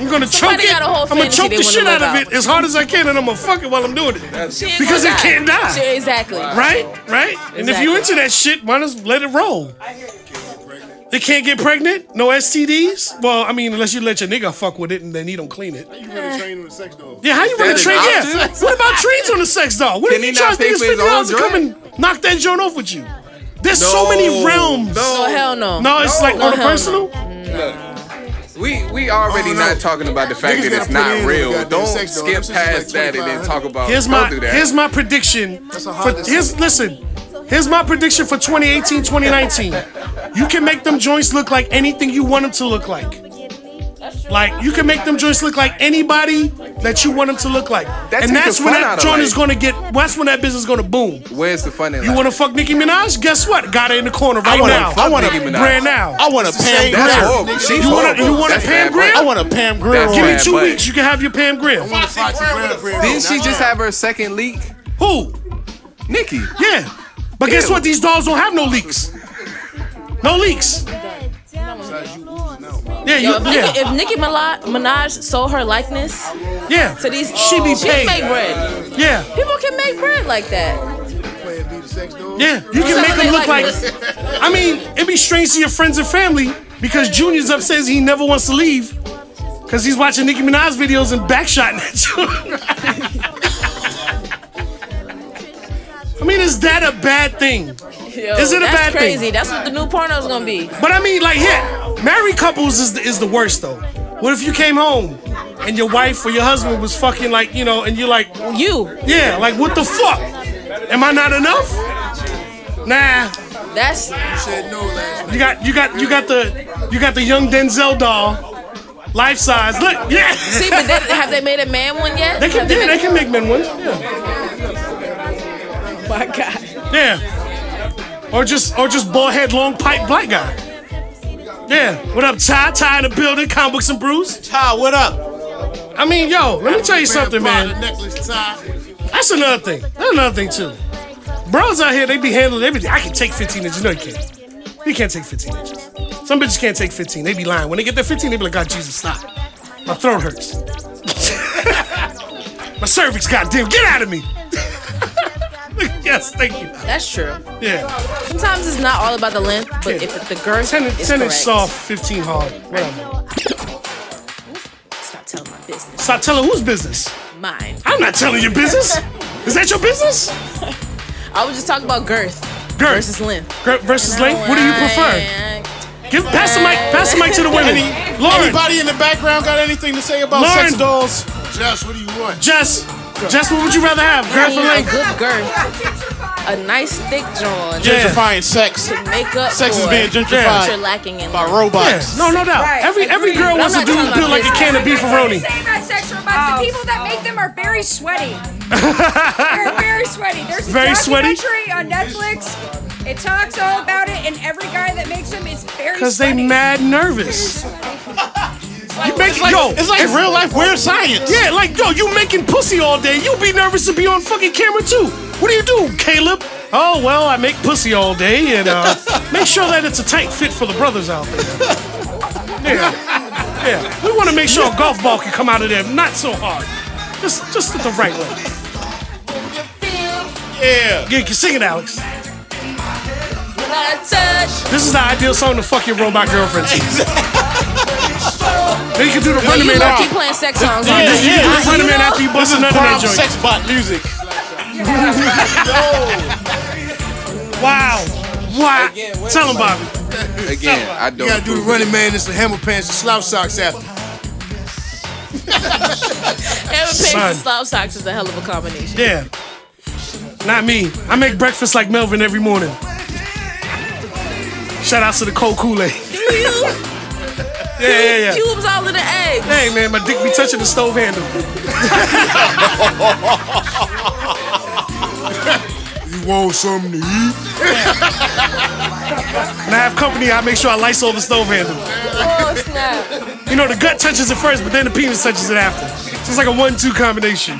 Speaker 1: I'm gonna
Speaker 3: Somebody
Speaker 1: choke it.
Speaker 3: got a whole
Speaker 1: I'm gonna
Speaker 3: fantasy
Speaker 1: choke
Speaker 3: they
Speaker 1: the
Speaker 3: wanna
Speaker 1: shit out
Speaker 3: live
Speaker 1: of
Speaker 3: out.
Speaker 1: it as hard as I can, and I'm gonna fuck it while I'm doing it.
Speaker 3: She ain't
Speaker 1: because
Speaker 3: gonna
Speaker 1: it can't die.
Speaker 3: She- exactly.
Speaker 1: Right, right. And if you into that shit, why not let it roll? They can't get pregnant. No STDs. Well, I mean, unless you let your nigga fuck with it and then he don't clean it.
Speaker 8: You really train with sex though.
Speaker 1: Yeah, how you run a
Speaker 6: That is
Speaker 1: train? Yeah.
Speaker 6: options.
Speaker 1: What about trains on the sex doll? What
Speaker 6: Can
Speaker 1: if
Speaker 6: he
Speaker 1: you charge
Speaker 6: not pay
Speaker 1: niggas
Speaker 6: for his
Speaker 1: fifty dollars to
Speaker 6: own
Speaker 1: come and knock that joint off with you? There's so many
Speaker 6: No,
Speaker 1: realms.
Speaker 6: no.
Speaker 3: Oh hell no.
Speaker 1: No, it's like
Speaker 3: No,
Speaker 1: on a
Speaker 3: hell no.
Speaker 1: personal.
Speaker 6: We we already
Speaker 8: Oh, no.
Speaker 6: not talking about the fact
Speaker 8: Niggas
Speaker 6: that it's
Speaker 8: gotta put in
Speaker 6: not
Speaker 8: on the
Speaker 6: real.
Speaker 8: goddamn
Speaker 6: Don't
Speaker 8: sex, though. Them shits
Speaker 6: skip past
Speaker 8: is like
Speaker 6: that and then
Speaker 8: 2500.
Speaker 6: talk about.
Speaker 1: Here's
Speaker 6: don't
Speaker 1: my
Speaker 6: do that.
Speaker 1: here's my prediction.
Speaker 8: That's a
Speaker 1: For,
Speaker 8: holiday
Speaker 1: here's listen. Here's my prediction for 2018, 2019. You can make them joints look like anything you want them to look like. Like you can make them joints look like anybody that you want them to look like,
Speaker 6: That
Speaker 1: and
Speaker 6: takes
Speaker 1: that's
Speaker 6: the
Speaker 1: when
Speaker 6: fun
Speaker 1: that
Speaker 6: out of
Speaker 1: joint
Speaker 6: life.
Speaker 1: is gonna get. That's when that business is gonna boom.
Speaker 6: Where's the fun in
Speaker 1: You
Speaker 6: life?
Speaker 1: want to fuck Nicki Minaj? Guess what? Got her in the corner right
Speaker 2: wanna
Speaker 1: now.
Speaker 2: fuck I wanna-
Speaker 6: Nicki Minaj.
Speaker 1: brand now.
Speaker 2: I want a Pam
Speaker 6: That's
Speaker 2: Grier.
Speaker 6: horrible.
Speaker 8: nigga.
Speaker 6: She's
Speaker 1: You wanna-
Speaker 6: horrible.
Speaker 1: you wanna
Speaker 6: That's
Speaker 1: Pam
Speaker 6: bad, bro.
Speaker 1: Grill?
Speaker 2: I want a Pam
Speaker 6: That's
Speaker 1: Give
Speaker 2: Grill.
Speaker 1: me
Speaker 6: bad,
Speaker 1: two
Speaker 6: but-
Speaker 1: weeks. You can have your Pam Grill.
Speaker 8: Foxy Brown with a
Speaker 6: Didn't she just have her second leak?
Speaker 1: Who?
Speaker 6: Nikki.
Speaker 1: Yeah. But guess
Speaker 6: Ew.
Speaker 1: what? These dolls don't have no leaks. No leaks. Yeah, you,
Speaker 3: Yo, if,
Speaker 1: yeah,
Speaker 3: Nicki, if Nicki Mila- Minaj sold her likeness
Speaker 1: yeah.
Speaker 3: to these,
Speaker 1: She be
Speaker 3: she
Speaker 1: paid.
Speaker 3: make bread.
Speaker 1: yeah,
Speaker 3: People can make bread like that.
Speaker 8: Playing be the sex doll.
Speaker 1: yeah. You can
Speaker 3: So
Speaker 1: make them
Speaker 3: they
Speaker 1: look like.
Speaker 3: like-
Speaker 1: I mean, it'd be strange to your friends and family because Junior's up says he never wants to leave because he's watching Nicki Minaj videos and backshotting *laughs* at you. I mean, is that a bad thing?
Speaker 3: Yo,
Speaker 1: Is it a
Speaker 3: that's
Speaker 1: bad thing?
Speaker 3: crazy. That's what the new porno's gonna be.
Speaker 1: But I mean, like, yeah, married couples is the, is the worst though. What if you came home and your wife or your husband was fucking like, you know, and you're like,
Speaker 3: You.
Speaker 1: yeah, like what the fuck? Am I not enough? Nah,
Speaker 3: That's
Speaker 8: Said no last night.
Speaker 1: you got you got you got the you got the young Denzel doll, life size. Look, yeah,
Speaker 3: see, but
Speaker 1: *laughs*
Speaker 3: they, have they made a man one yet?
Speaker 1: they can
Speaker 3: Have they
Speaker 1: yeah, they
Speaker 3: made-
Speaker 1: can make men ones. Yeah.
Speaker 3: Oh my God.
Speaker 1: yeah, or just or just bald head, long pipe, black guy. Yeah, what up, Ty? Ty in the building, comic books and brews.
Speaker 2: Ty, what up?
Speaker 1: I mean, yo, let me tell you something, man.
Speaker 8: The necklace tie.
Speaker 1: That's another thing. That's another thing too. Bros out here, they be handling everything. I can take 15 inches. No, you can't. You can't take 15 inches. Some bitches can't take 15. They be lying. When they get their 15, they be like, God, Jesus, stop. My throat hurts. *laughs* My cervix, goddamn, get out of me. *laughs* yes, thank you.
Speaker 3: That's true.
Speaker 1: Yeah.
Speaker 3: Sometimes it's not all about the length, but
Speaker 1: Yeah.
Speaker 3: if the girth
Speaker 1: 10, in-
Speaker 3: is
Speaker 1: 10 inch
Speaker 3: correct.
Speaker 1: soft, 15 hard. Whatever.
Speaker 3: Stop telling my business.
Speaker 1: Stop telling whose business.
Speaker 3: Mine.
Speaker 1: I'm not telling your business. Is that your business?
Speaker 3: I was just talking about girth versus
Speaker 1: Girth.
Speaker 3: length.
Speaker 1: Girth versus length. What do you prefer? Give pass the mic, pass the mic to the women. Lauren,
Speaker 2: Anybody in the background got anything to say about
Speaker 1: Lauren.
Speaker 2: sex dolls?
Speaker 8: Josh, what do you want?
Speaker 1: Jess, Jess, what would you rather have,
Speaker 3: I
Speaker 1: girth or
Speaker 3: need a
Speaker 1: length?
Speaker 3: good girth, a nice thick jaw
Speaker 1: Yeah.
Speaker 2: Gentrifying sex
Speaker 3: to make up
Speaker 2: Sex is
Speaker 3: for
Speaker 2: being gentrified.
Speaker 3: what you're lacking in.
Speaker 2: by
Speaker 3: love.
Speaker 1: Yeah,
Speaker 2: robots.
Speaker 1: no, no doubt. Every every girl
Speaker 3: But
Speaker 1: wants a
Speaker 3: I'm
Speaker 1: dude
Speaker 3: not
Speaker 1: who's built like a can of beefaroni.
Speaker 9: Saying that sexual robots, the people that make them are
Speaker 1: *laughs*
Speaker 9: very sweaty. They're very sweaty. There's a
Speaker 1: Very sweaty?
Speaker 9: documentary on Netflix. It talks all about it, and every guy that makes them is very
Speaker 1: Cause they
Speaker 9: sweaty.
Speaker 1: mad nervous. You make
Speaker 2: Like,
Speaker 1: yo,
Speaker 2: it's like real life weird science.
Speaker 1: yeah, like yo, you making pussy all day. You be nervous to be on fucking camera too. What do you do, Caleb? Oh well, I make pussy all day and
Speaker 2: *laughs*
Speaker 1: uh, make sure that it's a tight fit for the brothers out there. Yeah, yeah. We want to make sure a golf ball can come out of there not so hard, just just at the right way.
Speaker 2: Yeah.
Speaker 1: Yeah, you can sing it, Alex.
Speaker 3: Blood touch.
Speaker 1: This is the ideal song to fuck your robot girlfriend. to. then you can do the running
Speaker 3: You
Speaker 1: man
Speaker 3: low
Speaker 1: after.
Speaker 3: keep playing sex songs.
Speaker 2: Yeah,
Speaker 3: on this.
Speaker 1: You
Speaker 2: yeah.
Speaker 1: can do the running man
Speaker 3: know-
Speaker 1: after you bust
Speaker 2: This is
Speaker 1: another
Speaker 2: prime
Speaker 1: man joint.
Speaker 2: sex bot music.
Speaker 1: Wow. Wow. Tell him, Bobby.
Speaker 6: Again, I don't.
Speaker 8: You gotta do the
Speaker 6: approve.
Speaker 8: running man, it's the hammer pants, the slouch socks after.
Speaker 3: Evan Pace
Speaker 1: Son.
Speaker 3: and Slob Socks is a hell of a
Speaker 1: *laughs*
Speaker 3: combination.
Speaker 1: Yeah. Not me. I make breakfast like Melvin every morning. Shout out to the cold Kool-Aid. yeah, yeah, yeah.
Speaker 3: Cubes all in the eggs.
Speaker 1: Hey man, my dick be touching the stove handle.
Speaker 8: You Want something to eat?
Speaker 1: When I have company, I make sure I lysol the stove handle.
Speaker 9: Oh snap!
Speaker 1: You know, the gut touches it first, but then the penis touches it after. So it's like a one-two combination.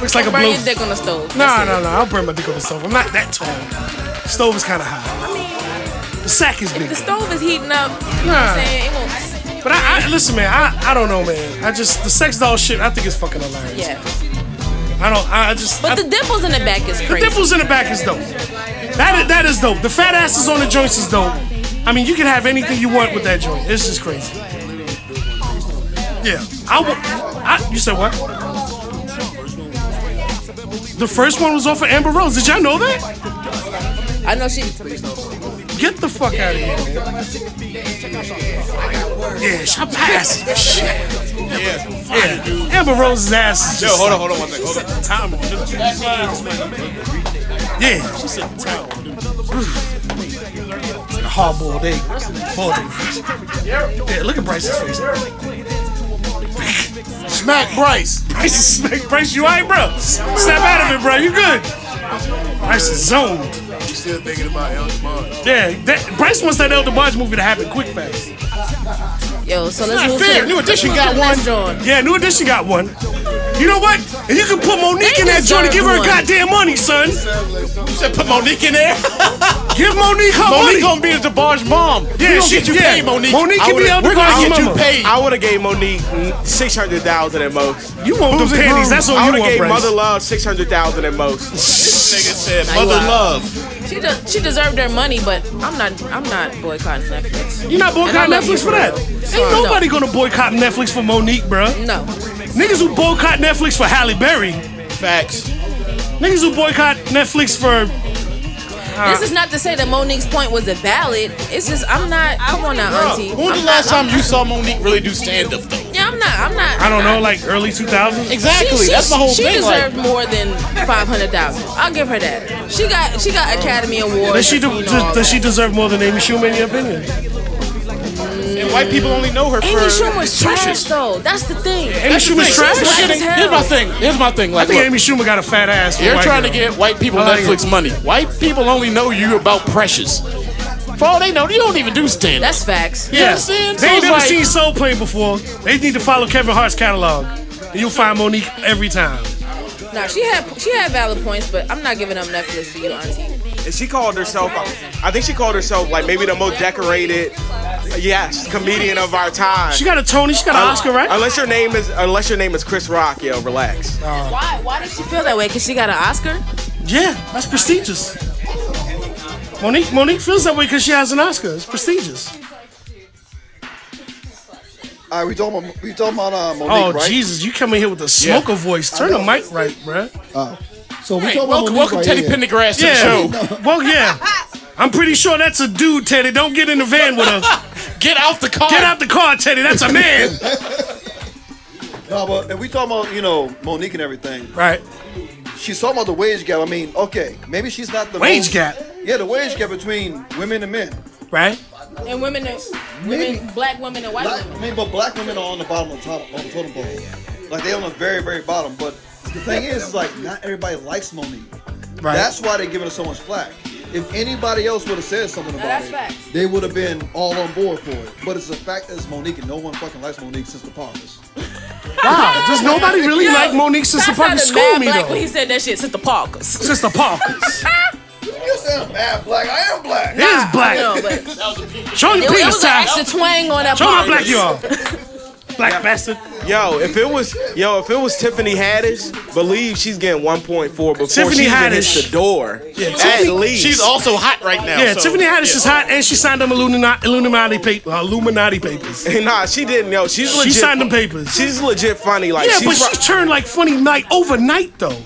Speaker 1: Looks like a
Speaker 3: Burn
Speaker 1: blow.
Speaker 3: your dick on the stove.
Speaker 1: Nah, nah, nah. I'll burn my dick on the stove. I'm not that tall. Stove is kind of high. The sack is big.
Speaker 3: The stove is heating up. You know what I'm
Speaker 1: Nah.
Speaker 3: saying? It won't.
Speaker 1: But I, I listen, man. I, I don't know, man. I just the sex doll shit. I think it's fucking hilarious.
Speaker 3: Yeah.
Speaker 1: I don't. I I just. I-
Speaker 3: But the dimples in the back is
Speaker 1: The
Speaker 3: crazy.
Speaker 1: dimples in the back is dope. That is, that is dope. The fat asses on the joints is dope. I mean, you can have anything you want with that joint. It's just crazy. Yeah, I wa- I- you said what? The first one was off of Amber Rose. Did y'all know that?
Speaker 3: I know she.
Speaker 1: Get the fuck out of here, man. Yeah, shop ass. Shit. Yeah, Amber Rose's ass. Is
Speaker 2: Yo,
Speaker 1: just
Speaker 2: hold on, hold on one second. Hold on.
Speaker 1: time on them two slides, man. Yeah. She said time on them Hard boiled egg. Boiled egg. Yeah, look at Bryce's face.
Speaker 8: Smack Bryce.
Speaker 1: Bryce is smack. Bryce, you alright, bro? Snap out of it, bro. You good? Bryce is zoned.
Speaker 8: You still thinking about El Jamar?
Speaker 1: Yeah, that, Bryce wants that Elder Barge movie to happen quick fast.
Speaker 3: Yo, so let's
Speaker 1: not
Speaker 3: move
Speaker 1: fair.
Speaker 3: to.
Speaker 1: New Edition
Speaker 3: let's
Speaker 1: got
Speaker 3: move to the next joint.
Speaker 1: Yeah, New Edition got one. You know what? And you can put Monique in that joint and give her
Speaker 3: deserve one.
Speaker 1: goddamn money, son.
Speaker 2: You said put Monique in there?
Speaker 1: Give Monique her
Speaker 2: Monique
Speaker 1: money.
Speaker 2: gonna be the DeBarge mom.
Speaker 1: Yeah,
Speaker 2: we gonna
Speaker 1: she-
Speaker 2: get you
Speaker 1: yeah.
Speaker 2: paid, Monique.
Speaker 1: Monique
Speaker 2: I
Speaker 1: can be
Speaker 2: would've-
Speaker 1: El
Speaker 2: We're
Speaker 1: DeBarge
Speaker 2: gonna get
Speaker 1: mama.
Speaker 2: you paid.
Speaker 7: I would have gave Monique six hundred thousand at most.
Speaker 1: You want them
Speaker 8: Who's it
Speaker 1: panties?
Speaker 8: from?
Speaker 1: That's all
Speaker 7: I
Speaker 1: you
Speaker 7: would
Speaker 1: want,
Speaker 7: have gave
Speaker 1: Bryce.
Speaker 7: Mother Love six hundred thousand at most.
Speaker 2: Nigga said mother love.
Speaker 3: wild. She de- she deserved her money, but I'm not I'm not boycotting Netflix.
Speaker 1: You're not
Speaker 3: And I
Speaker 1: boycotting
Speaker 3: love
Speaker 1: Netflix
Speaker 3: you
Speaker 1: for
Speaker 3: for
Speaker 1: that.
Speaker 3: real.
Speaker 1: Ain't
Speaker 3: Sorry.
Speaker 1: nobody gonna boycott Netflix for Monique, bruh.
Speaker 3: No,
Speaker 1: Niggas who boycott Netflix for Halle Berry.
Speaker 2: Facts.
Speaker 1: Niggas who boycott Netflix for
Speaker 3: this is not to say that Monique's point was invalid. It's just I'm not. Come on now, auntie.
Speaker 2: When was
Speaker 3: I'm
Speaker 2: the last time
Speaker 3: not,
Speaker 2: you saw Monique really do stand up though?
Speaker 3: Yeah, I'm not. I'm not.
Speaker 1: I don't know, like early 2000s.
Speaker 2: Exactly.
Speaker 3: She, she,
Speaker 2: That's the whole
Speaker 3: she
Speaker 2: thing. Like,
Speaker 3: deserved more than five hundred thousand. I'll give her that. She got she got Academy Awards.
Speaker 1: Does she do,
Speaker 3: you know,
Speaker 1: does,
Speaker 3: all
Speaker 1: does she
Speaker 3: that.
Speaker 1: deserve more than Amy Schumer in your opinion?
Speaker 2: and white people only know her
Speaker 3: Amy
Speaker 2: for
Speaker 3: Schumer's trash
Speaker 2: Precious.
Speaker 3: though. That's the thing.
Speaker 1: Amy Schumer's trash.
Speaker 3: She's
Speaker 2: Here's my thing.
Speaker 3: white as hell.
Speaker 2: Here's my thing. Here's my thing.
Speaker 1: I
Speaker 2: Like,
Speaker 1: think
Speaker 2: look,
Speaker 1: Amy Schumer got a fat ass. for a
Speaker 2: You're
Speaker 1: white
Speaker 2: trying
Speaker 1: girl.
Speaker 2: to get white people
Speaker 1: I like
Speaker 2: Netflix
Speaker 1: it.
Speaker 2: money. White people only know you about Precious. For all they know, you don't even do stand up.
Speaker 3: That's facts.
Speaker 2: You know what I'm saying?
Speaker 1: They ain't
Speaker 2: So
Speaker 1: never
Speaker 2: it's like-
Speaker 1: seen Soul Plane before. They need to follow Kevin Hart's catalog. And you'll find Monique every time.
Speaker 3: Nah, she had she had valid points, but I'm not giving up Netflix for you, auntie.
Speaker 7: And she called herself, I think she called herself like maybe the most decorated, yes, comedian of our time.
Speaker 1: She got a Tony, she got an Oscar, right?
Speaker 7: Unless your name is unless your name is Chris Rock, yo, relax.
Speaker 3: Why? Why did she feel that way? Cause she got an Oscar.
Speaker 1: Yeah, that's prestigious. Monique Monique feels that way because she has an Oscar. It's prestigious.
Speaker 10: All right, we talking about we talking about uh, Monique,
Speaker 1: Oh
Speaker 10: right?
Speaker 1: Jesus, you come in here with a smoker voice. Turn the mic right, bruh.
Speaker 10: So we
Speaker 2: Hey,
Speaker 10: talking about
Speaker 2: welcome,
Speaker 10: Monique
Speaker 2: welcome
Speaker 10: right
Speaker 2: Teddy
Speaker 10: here.
Speaker 2: Pendergrass to
Speaker 1: Yeah.
Speaker 2: the show.
Speaker 1: *laughs* Well, yeah. I'm pretty sure that's a dude, Teddy. Don't get in the van with her.
Speaker 2: *laughs* Get out the car.
Speaker 1: Get out the car, Teddy.
Speaker 10: *laughs*
Speaker 1: That's a man.
Speaker 10: No, but if we talking about you know Monique and everything,
Speaker 1: Right.
Speaker 10: she's talking about the wage gap. I mean, okay, maybe she's not the
Speaker 1: Wage
Speaker 10: most-
Speaker 1: gap?
Speaker 10: Yeah, the wage gap between women and men.
Speaker 1: Right.
Speaker 3: And women, are,
Speaker 10: Maybe.
Speaker 3: women, black women and white
Speaker 10: Black,
Speaker 3: women.
Speaker 10: I mean, but black women are on the bottom of the, top, on the totem pole. Like they on the very, very bottom. But the thing is, like not everybody likes Monique.
Speaker 1: Right.
Speaker 10: That's why they're giving her so much flack. If anybody else would have said something about
Speaker 3: that's
Speaker 10: it,
Speaker 3: facts.
Speaker 10: they would have been all on board for it. But it's a fact that it's Monique, and no one fucking likes Monique since the Parkers. *laughs*
Speaker 1: Wow. Does nobody really like Monique since the
Speaker 3: That
Speaker 1: fucking
Speaker 3: sounded
Speaker 1: school
Speaker 3: mad
Speaker 1: me
Speaker 3: black when he
Speaker 1: though?
Speaker 3: said that shit. Sister Parkers.
Speaker 1: Since the Parkers.
Speaker 10: You said I'm mad black. I am black.
Speaker 1: He is
Speaker 3: No,
Speaker 1: black.
Speaker 3: but it,
Speaker 1: Show your
Speaker 3: it
Speaker 1: penis,
Speaker 3: was an
Speaker 1: Ty.
Speaker 3: extra twang on that.
Speaker 1: Show how
Speaker 3: Parkers.
Speaker 1: black you are. Black bastard.
Speaker 7: Yo, if it was yo, if it was Tiffany Haddish, believe she's getting 1.4 before
Speaker 1: Tiffany
Speaker 7: she even
Speaker 1: Haddish.
Speaker 7: hits the door. At
Speaker 1: Tiffany-
Speaker 7: least
Speaker 2: She's also hot right now.
Speaker 1: Yeah,
Speaker 2: so-
Speaker 1: Tiffany Haddish
Speaker 2: Yeah.
Speaker 1: is hot, and she signed them Illuminati, Illuminati, paper, Illuminati papers.
Speaker 7: *laughs* nah, she didn't. Yo, she's
Speaker 1: She
Speaker 7: legit.
Speaker 1: signed them papers.
Speaker 7: She's legit funny. Like
Speaker 1: yeah, but
Speaker 7: she's, ro-
Speaker 1: she turned like funny night overnight though.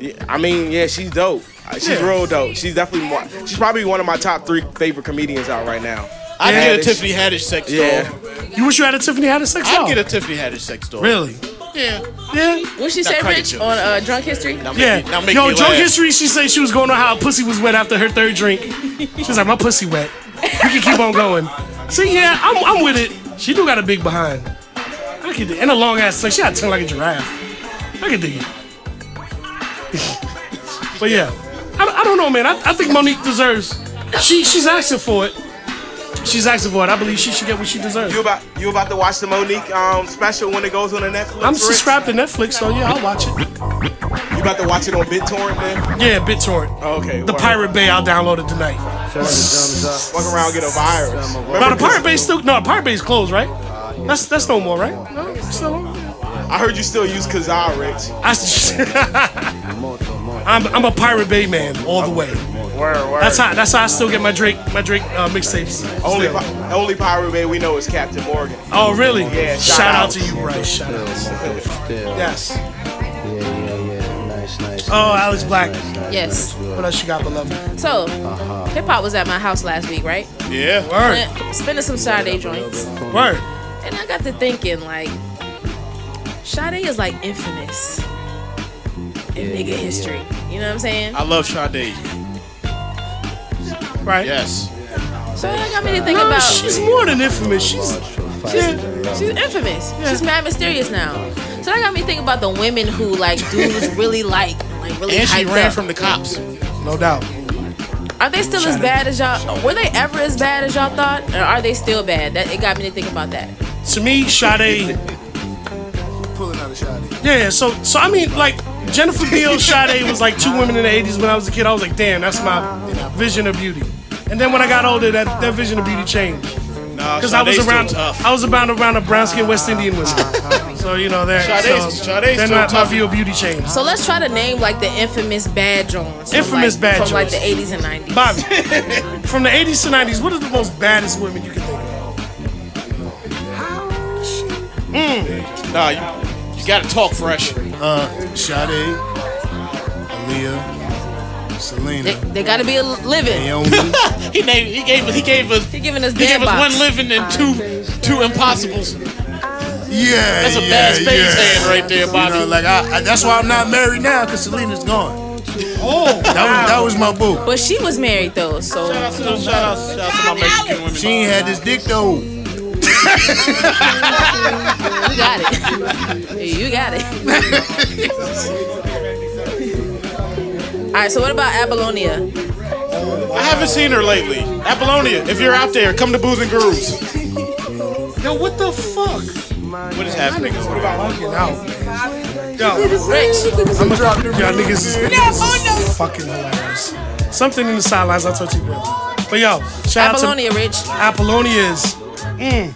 Speaker 7: Yeah, I mean, yeah, she's dope. Uh, She's
Speaker 1: Yeah.
Speaker 7: real dope. She's definitely one, she's probably one of my top three favorite comedians out right now.
Speaker 2: I'd
Speaker 1: Yeah.
Speaker 2: get a Tiffany Haddish sex doll.
Speaker 7: Yeah.
Speaker 1: You wish you had a Tiffany Haddish sex doll.
Speaker 2: I'd get a Tiffany Haddish sex doll.
Speaker 1: really?
Speaker 2: Yeah.
Speaker 1: Yeah,
Speaker 3: What she say,
Speaker 2: credit
Speaker 3: Rich,
Speaker 2: you.
Speaker 3: on uh, Drunk History?
Speaker 2: Now make
Speaker 1: yeah.
Speaker 2: Me, now make
Speaker 1: Yo,
Speaker 2: me
Speaker 1: joke
Speaker 2: laugh.
Speaker 1: history. She said she was going on how her pussy was wet after her third drink. She was like, my pussy wet. We can keep on going. See, yeah, I'm, I'm with it. She do got a big behind. I could dig- and a long ass. Like she got a tongue like a giraffe. I could dig it. *laughs* but yeah, I don't know, man. I, I think Monique deserves. She she's asking for it. She's asking for it. I believe she should get what she deserves.
Speaker 7: You about you about to watch the Monique um, special when it goes on the Netflix?
Speaker 1: I'm
Speaker 7: Rich?
Speaker 1: subscribed to Netflix, so yeah, I'll watch it.
Speaker 7: You about to watch it on BitTorrent then?
Speaker 1: Yeah, BitTorrent.
Speaker 7: Oh, okay.
Speaker 1: The
Speaker 7: word.
Speaker 1: Pirate Bay, I'll download it tonight.
Speaker 7: Walk around get a virus.
Speaker 1: Now
Speaker 7: Remember,
Speaker 1: the Pirate Bay still no, the Pirate Bay's closed, right? That's that's no more, right? No, it's still on.
Speaker 7: I heard you still use Kazaa, Rich.
Speaker 1: I, am *laughs* I'm a Pirate Bay man all the way.
Speaker 7: Word, word.
Speaker 1: That's how that's how I still get my Drake my Drake uh, mixtapes.
Speaker 7: only
Speaker 1: Still.
Speaker 7: pi- only Pirate Bay we know is Captain Morgan.
Speaker 1: Oh really?
Speaker 7: Yeah,
Speaker 1: Shout,
Speaker 7: shout
Speaker 1: out.
Speaker 7: out.
Speaker 1: to you, Bryce. Shout out. Yes.
Speaker 11: Yeah, yeah, nice, nice.
Speaker 1: Oh, Alex Black.
Speaker 3: Yes.
Speaker 1: What else you got, beloved?
Speaker 3: So, hip hop was at my house last week, right?
Speaker 1: Yeah. Word.
Speaker 3: Went- Spinning some Sade joints.
Speaker 1: Word.
Speaker 3: And I got to thinking, like, Sade is like infamous in nigga history. You know what I'm saying?
Speaker 2: I love Sade.
Speaker 1: Right.
Speaker 2: Yes.
Speaker 3: So that got me to
Speaker 2: Oh,
Speaker 3: think
Speaker 1: No,
Speaker 3: about.
Speaker 1: she's more than infamous. She's
Speaker 3: She's, she's infamous. She's mad mysterious now. So that got me thinking about the women who like dudes really like, like really
Speaker 2: And she
Speaker 3: hyped
Speaker 2: ran
Speaker 3: up.
Speaker 2: from the cops.
Speaker 1: no doubt.
Speaker 3: Are they still as bad as y'all? Were they ever as bad as y'all thought, or are they still bad? That it got me to think about that.
Speaker 1: To me, Sade.
Speaker 8: Pulling out a shot.
Speaker 1: Yeah. So so I mean like Jennifer
Speaker 8: *laughs*
Speaker 1: Beal, Sade was like two women in the '80s when I was a kid. I was like, damn, that's my vision of beauty. And then when I got older, that, that vision of beauty changed.
Speaker 2: Nah,
Speaker 1: Because I was
Speaker 2: Sade's still
Speaker 1: around,
Speaker 2: tough.
Speaker 1: I was around around a brown skinned West Indian
Speaker 2: *laughs*
Speaker 1: woman. so you know that. So,
Speaker 2: Sade's- Sade's
Speaker 1: then
Speaker 2: still
Speaker 1: my, my
Speaker 2: tough.
Speaker 1: view of beauty changed.
Speaker 3: So let's try to name like the infamous bad Jones. from,
Speaker 1: Infamous
Speaker 3: like,
Speaker 1: bad
Speaker 3: from like the
Speaker 1: Jones.
Speaker 3: 80s and
Speaker 8: *laughs*
Speaker 3: 90s.
Speaker 1: Bobby, from the '80s to '90s, what are the most baddest women you can think of?
Speaker 2: Mm. Nah, you, you gotta talk fresh.
Speaker 8: Uh, Sade, Aaliyah, Selena,
Speaker 3: They, they gotta be a living.
Speaker 8: Naomi.
Speaker 2: *laughs* He named, he gave us he gave us
Speaker 3: He giving us
Speaker 2: he
Speaker 3: dead
Speaker 2: gave us
Speaker 3: box.
Speaker 2: one living and two two impossibles.
Speaker 8: Yeah,
Speaker 2: That's a
Speaker 8: yeah,
Speaker 2: bad space
Speaker 8: yeah.
Speaker 2: hand right there, Bobby.
Speaker 8: You know, like I, I, that's why I'm not married now, cause Selena's gone. Oh, that was, that was my boo.
Speaker 3: But she was married though, so
Speaker 2: Shout out, shout out, shout out to my Mexican women.
Speaker 8: She ain't had this dick though.
Speaker 3: you got it. you got it. *laughs* All right. So what about Apollonia?
Speaker 2: I haven't seen her lately. Apollonia, if you're out there, come to Booze and Grooves.
Speaker 1: Yo, what the fuck?
Speaker 2: What is happening?
Speaker 1: Fucking out. Yo,
Speaker 3: Rich.
Speaker 1: I'm a drop y'all niggas. is- this is fucking hilarious. Something in the sidelines. I told you, bro. But yo, shout
Speaker 3: Apollonia, Rich.
Speaker 1: out to Apollonia is. Mm.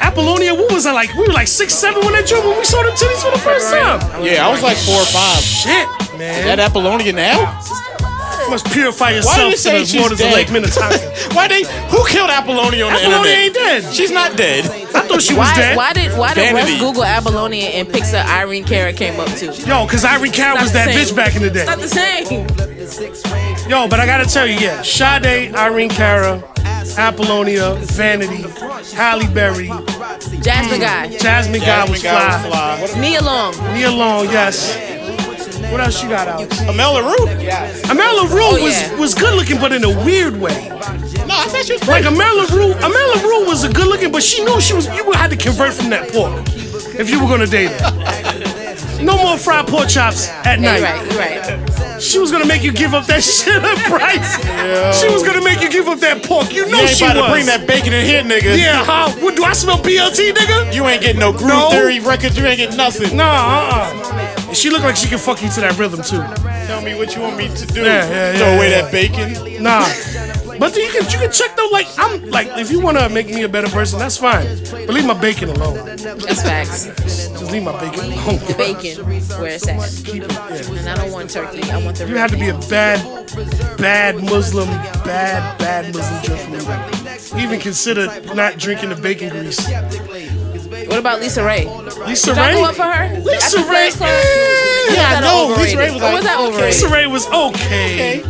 Speaker 1: Apollonia, what was I like? We were like six, seven when that joint when we saw them titties for the first time.
Speaker 2: Yeah, I was like four or five.
Speaker 1: Shit, man.
Speaker 2: That Apollonia now?
Speaker 1: You must purify
Speaker 2: Why do
Speaker 1: yourself
Speaker 2: you
Speaker 1: to
Speaker 2: say
Speaker 1: the waters of
Speaker 2: she's dead?
Speaker 1: Lake Minnetonka.
Speaker 7: *laughs*
Speaker 2: Why they? Who killed Apollonia on the
Speaker 1: Apollonia
Speaker 2: internet?
Speaker 1: ain't dead.
Speaker 2: She's not dead.
Speaker 1: I thought she was
Speaker 3: Why,
Speaker 1: dead.
Speaker 3: why did why did Russ
Speaker 2: Vanity.
Speaker 3: Google Apollonia and Pixar Irene Cara came up too?
Speaker 1: Yo, cause Irene Cara was that bitch back in the day.
Speaker 3: Not the same.
Speaker 1: Yo, but I gotta tell you, yeah, Sade, Irene Cara, Apollonia, Vanity, Halle Berry,
Speaker 3: Jasmine guy.
Speaker 1: Jasmine Guy was
Speaker 2: Guy
Speaker 1: fly,
Speaker 2: was fly.
Speaker 3: Nia Long.
Speaker 1: Nia Long, yes. What else you got, Alex?
Speaker 2: Amel LaRue?
Speaker 1: Amel LaRue
Speaker 3: Oh,
Speaker 1: was,
Speaker 3: yeah.
Speaker 1: was good looking, but in a weird way.
Speaker 2: No, I thought she was
Speaker 1: Like
Speaker 2: pretty.
Speaker 1: Amel LaRue, Amel LaRue was a good looking, but she knew she was. You had to convert from that pork if you were gonna date her. No more fried pork chops at
Speaker 3: Yeah,
Speaker 1: night.
Speaker 3: you're right. You're right.
Speaker 1: She was gonna make you give up that *laughs* shit at price. She was gonna make you give up that pork. You know
Speaker 2: You ain't
Speaker 1: she
Speaker 2: about
Speaker 1: was.
Speaker 2: to bring that bacon in here, nigga.
Speaker 1: Yeah, huh? What, do I smell BLT, nigga?
Speaker 2: You ain't getting no Groove
Speaker 1: No.
Speaker 2: Theory records. You ain't getting nothing.
Speaker 1: Nah, uh-uh. She looked like she could fuck you to that rhythm too.
Speaker 2: Tell me what you want me to do.
Speaker 1: Yeah, yeah, yeah,
Speaker 2: Throw away
Speaker 1: yeah.
Speaker 2: that bacon.
Speaker 1: Nah. But you can you can check though. Like I'm like if you wanna make me a better person, that's fine. But leave my bacon alone.
Speaker 3: That's facts.
Speaker 1: Just leave my bacon *laughs* alone.
Speaker 3: The bacon, where it's at. And I don't want turkey. I want the
Speaker 1: You had to be a bad, bad Muslim, bad, bad Muslim drink for me. to Even consider not drinking the bacon grease.
Speaker 3: What about Lisa Ray?
Speaker 1: Lisa
Speaker 3: Did I
Speaker 1: Ray.
Speaker 3: go up for her?
Speaker 1: Lisa
Speaker 3: At the
Speaker 1: Ray.
Speaker 3: Players Club? Yeah,
Speaker 2: no, Lisa Ray was like,
Speaker 3: was that
Speaker 2: okay.
Speaker 3: overrated?
Speaker 1: Lisa Ray was okay.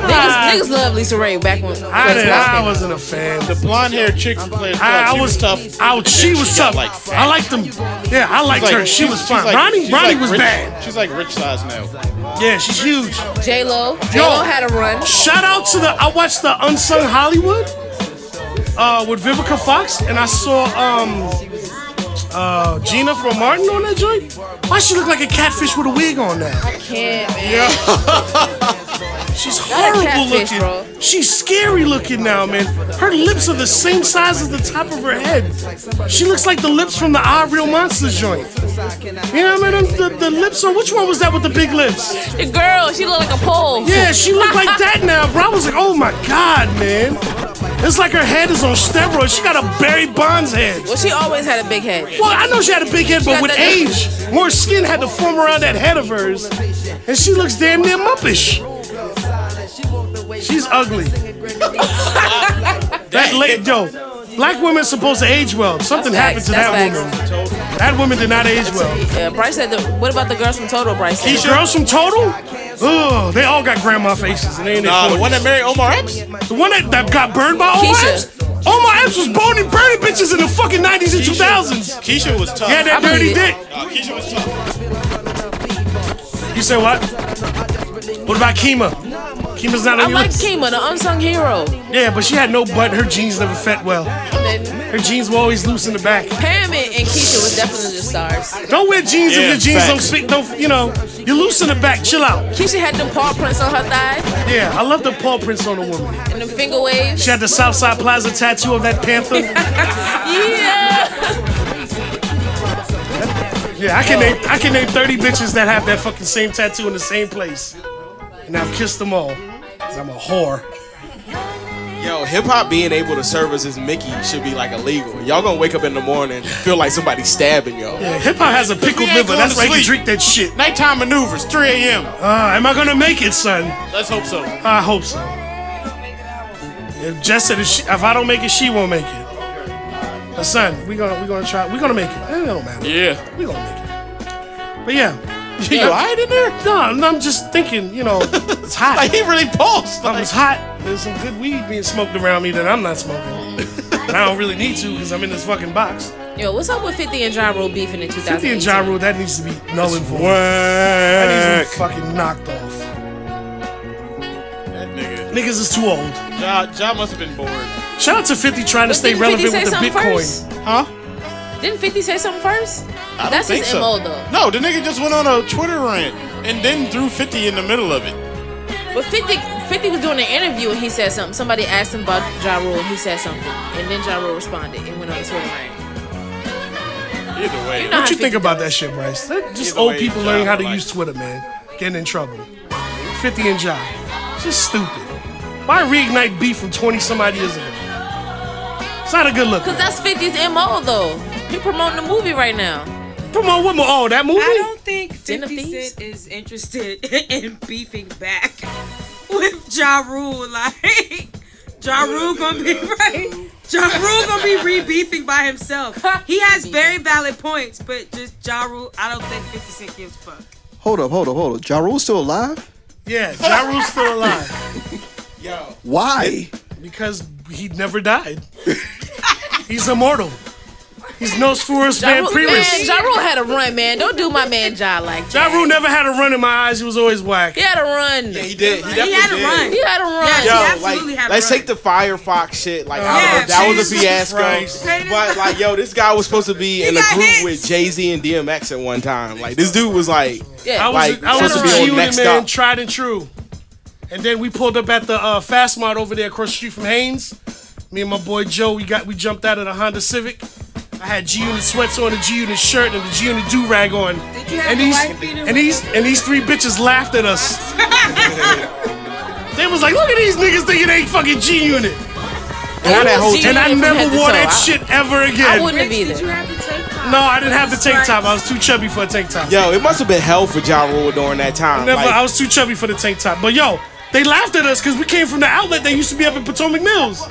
Speaker 3: Niggas, niggas love Lisa Ray back when.
Speaker 1: Ah. I, didn't, I
Speaker 3: back when-
Speaker 1: wasn't a fan.
Speaker 2: The blonde haired chick from Players Club.
Speaker 1: I, I
Speaker 2: she
Speaker 1: was tough. I, was- she was tough.
Speaker 2: got, like,
Speaker 1: I liked them. Yeah, I liked her. She was fine. Ronnie, Ronnie was
Speaker 2: rich,
Speaker 1: bad.
Speaker 2: She's like rich size now.
Speaker 1: Yeah, she's huge.
Speaker 3: J Lo. J Lo had a run.
Speaker 1: Shout out to the. I watched the Unsung Hollywood uh, with Vivica Fox, and I saw um, uh, Gina from Martin on that joint? Why she look like a catfish with a wig on now?
Speaker 3: I can't, man.
Speaker 1: She's
Speaker 3: Not a
Speaker 1: horrible
Speaker 3: Oh, catfish,
Speaker 1: looking.
Speaker 3: bro.
Speaker 1: She's scary looking now, man. Her lips are the same size as the top of her head. She looks like the lips from the I Real Monsters joint. You know what I mean? The, the lips on which one was that with the big lips?
Speaker 3: The girl, she look like a pole.
Speaker 1: Yeah, she looked
Speaker 9: *laughs*
Speaker 1: like that now, bro. I was like, oh my god, man. It's like her head is on steroids. She got a Barry Bonds head.
Speaker 3: Well, she always had a big head.
Speaker 1: Well, I know she had a big head,
Speaker 3: She
Speaker 1: but
Speaker 3: got
Speaker 1: with
Speaker 3: that-
Speaker 1: age, more skin had to form around that head of hers, and she looks damn near muppish. She's ugly. that late, yo, black women supposed to age well. Something happened
Speaker 3: That's
Speaker 1: to that
Speaker 3: facts,
Speaker 1: woman. That woman did not age well.
Speaker 3: Yeah, Bryce said, the, what about the girls from Total, Bryce?
Speaker 1: These girls from Total, oh, they all got grandma faces. And they ain't
Speaker 2: Nah, the one that
Speaker 1: married Omar Epps? The one that, that got burned by Omar
Speaker 2: Keisha.
Speaker 1: Epps? Omar Epps was boning burning bitches in the fucking 90s and 2000s.
Speaker 2: Keisha was tough.
Speaker 1: Yeah, that
Speaker 2: I
Speaker 1: dirty
Speaker 2: believe
Speaker 1: dick.
Speaker 2: it. Nah, Keisha was tough.
Speaker 1: You say what? What about Kima? Kima's not on
Speaker 3: I
Speaker 1: your
Speaker 3: like
Speaker 1: list.
Speaker 3: Kima, the unsung hero.
Speaker 1: Yeah, but she had no butt. Her jeans never fit well. Her jeans were always loose in the back.
Speaker 3: Pyramid and Keisha was definitely the stars.
Speaker 1: Don't wear jeans
Speaker 3: Yeah,
Speaker 1: if your jeans don't
Speaker 3: facts.
Speaker 1: fit. Don't you know? You're loose in the back. Chill out.
Speaker 3: Keisha had them paw prints on her thigh
Speaker 1: Yeah, I love the paw prints on a woman.
Speaker 3: and them finger waves.
Speaker 1: She had the Southside Plaza tattoo of that panther.
Speaker 3: Yeah.
Speaker 1: Yeah, I can name I can name 30 bitches that have that fucking same tattoo in the same place. And I've kissed them all. 'Cause I'm a whore.
Speaker 2: Yo, hip hop being able to serve as his Mickey should be like illegal. Y'all gonna wake up in the morning feel like somebody stabbing y'all.
Speaker 1: *laughs* Yeah, hip hop has a
Speaker 2: We
Speaker 1: pickled
Speaker 2: ain't
Speaker 1: liver.
Speaker 2: going
Speaker 1: That's
Speaker 2: to
Speaker 1: why you can
Speaker 2: sleep.
Speaker 1: drink that shit.
Speaker 2: Nighttime maneuvers, 3 a.m.
Speaker 1: Uh, am I gonna make it, son?
Speaker 2: Let's hope so.
Speaker 1: I hope so. If Jess said if, she, if I don't make it, she won't make it. But son, we gonna we gonna try. We gonna make it. It don't matter.
Speaker 2: Yeah.
Speaker 1: We gonna make it. But yeah,
Speaker 2: You alright in there?
Speaker 1: No, no, I'm just thinking. You
Speaker 2: *laughs*
Speaker 1: know, it's hot.
Speaker 2: Like, he really pulsed.
Speaker 1: I was hot. There's some good weed being smoked around me that I'm not
Speaker 2: *laughs*
Speaker 1: smoking, and I don't really need to because I'm in this fucking box.
Speaker 3: Yo, what's up with 50 and Ja Rule beefing in 2000?
Speaker 1: Fifty and Ja Rule, that needs to be null and void. That needs to be fucking knocked off.
Speaker 2: That nigga.
Speaker 1: Niggas is too old.
Speaker 2: Ja, ja must have been bored.
Speaker 1: Shout out to Fifty trying to
Speaker 3: But
Speaker 1: stay
Speaker 3: didn't 50
Speaker 1: relevant
Speaker 3: say
Speaker 1: with the Bitcoin.
Speaker 3: something first?
Speaker 2: Huh?
Speaker 3: Didn't 50 say something first?
Speaker 2: I don't
Speaker 3: That's
Speaker 2: think
Speaker 3: his
Speaker 2: so.
Speaker 3: MO though.
Speaker 2: No, the nigga just went on a Twitter rant and then threw 50 in the middle of it.
Speaker 3: But 50, 50 was doing an interview and he said something. Somebody asked him about Ja Rule and he said something. And then Ja Rule responded and went on Twitter. rant.
Speaker 2: Either way.
Speaker 3: know how
Speaker 1: What you
Speaker 3: 50
Speaker 1: think about that shit, Bryce? That- just
Speaker 2: Either
Speaker 1: old
Speaker 2: way,
Speaker 1: people
Speaker 2: Ja
Speaker 1: learning how to
Speaker 2: like-
Speaker 1: use Twitter, man. Getting in trouble. 50 and Ja. Just stupid. Why reignite beef from 20 somebody years ago? It's not a good look.
Speaker 3: Cause that's 50's MO though. He promoting the movie right now.
Speaker 1: Promote what more? Oh, that movie?
Speaker 4: I don't think
Speaker 3: Den of
Speaker 4: 50
Speaker 3: Thieves?
Speaker 4: Cent is interested *laughs* in beefing back with Ja Rule. Like, Ja Rule gonna be *laughs* right. Ja Rule gonna be re-beefing by himself. He has very valid points, but just Ja Rule, I don't think 50 Cent gives a fuck.
Speaker 10: Hold up, hold up, hold up. Ja Rule's still alive?
Speaker 1: Yeah, Ja Rule's still
Speaker 3: *laughs*
Speaker 1: alive.
Speaker 10: Why?
Speaker 1: because he never died. He's immortal. He's Nosferatu
Speaker 3: Ja
Speaker 1: Van
Speaker 3: Rule, man,
Speaker 1: Primus.
Speaker 3: Ja Rule had a run, man. Don't do my man Ja like
Speaker 1: Ja
Speaker 3: that.
Speaker 1: Rule never had a run in my eyes. He was always whack.
Speaker 3: He had a run.
Speaker 7: He did. He definitely
Speaker 4: had a
Speaker 7: did.
Speaker 4: run.
Speaker 3: He had a run.
Speaker 4: Yes,
Speaker 7: Yo,
Speaker 4: he absolutely
Speaker 7: like,
Speaker 4: had a
Speaker 7: let's
Speaker 4: run.
Speaker 7: take the Firefox shit. Like, out
Speaker 4: Yeah,
Speaker 7: of it. that was a
Speaker 4: Jesus
Speaker 7: fiasco.
Speaker 1: Christ.
Speaker 7: But like, yo, this guy was supposed to be in a
Speaker 4: got
Speaker 7: group
Speaker 4: hits.
Speaker 7: with Jay Z and DMX at one time. Like, this dude was like,
Speaker 3: Yeah.
Speaker 1: I was,
Speaker 7: like
Speaker 1: I was
Speaker 7: supposed to be
Speaker 1: a
Speaker 7: on
Speaker 1: unit
Speaker 7: next
Speaker 1: man,
Speaker 7: stop.
Speaker 1: tried and true. And then we pulled up at the uh, Fast Mart over there across the street from Haynes. Me and my boy Joe, we got we jumped out of the Honda Civic. I had G Unit sweats on, a G Unit shirt, and a G Unit do rag on.
Speaker 4: you have
Speaker 1: And
Speaker 4: the
Speaker 1: these
Speaker 4: white beater
Speaker 1: and
Speaker 4: with
Speaker 1: these and these three bitches laughed at us. they was like, look at these niggas thinking they fucking G Unit.
Speaker 7: And that whole
Speaker 1: And I
Speaker 3: G-Unit from head
Speaker 1: never
Speaker 3: to
Speaker 1: wore
Speaker 3: toe.
Speaker 1: that
Speaker 3: I-
Speaker 1: shit ever
Speaker 3: I
Speaker 1: again.
Speaker 3: wouldn't have
Speaker 4: Did you
Speaker 3: either.
Speaker 4: have the tank top?
Speaker 1: no, I didn't have the tank
Speaker 4: Right.
Speaker 1: top. I was too chubby for a tank top.
Speaker 7: yo, it must have been hell for Ja Rule during that time.
Speaker 1: Never,
Speaker 7: Like,
Speaker 1: I was too chubby for the tank top. But yo, they laughed at us because we came from the outlet that used to be up in Potomac Mills.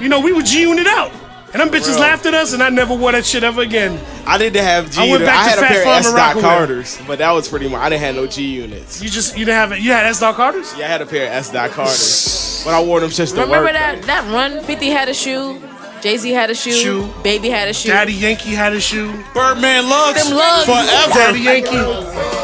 Speaker 1: You know, we were G-Uning it out. And them bitches laughed at us, and I never wore that shit ever again.
Speaker 7: I didn't have G.
Speaker 1: I went
Speaker 7: unit.
Speaker 1: back
Speaker 7: I
Speaker 1: to
Speaker 7: had a
Speaker 1: Fat
Speaker 7: pair of
Speaker 1: Farmer
Speaker 7: S. Dot
Speaker 1: Rockaway.
Speaker 7: Carters, but that was pretty much. I didn't have no G units.
Speaker 1: You just, you didn't have it. You had S. Doc Carters?
Speaker 7: Yeah, I had a pair of S. Dot Carters, but I wore them just to
Speaker 3: Remember
Speaker 7: work.
Speaker 3: that that run? 50 had a shoe. Jay Z had a shoe.
Speaker 1: Shoe.
Speaker 3: Baby had a shoe.
Speaker 1: Daddy Yankee had a shoe.
Speaker 2: Birdman lugs.
Speaker 3: Them lugs.
Speaker 1: Daddy *laughs*
Speaker 2: Forever.
Speaker 1: Yankee.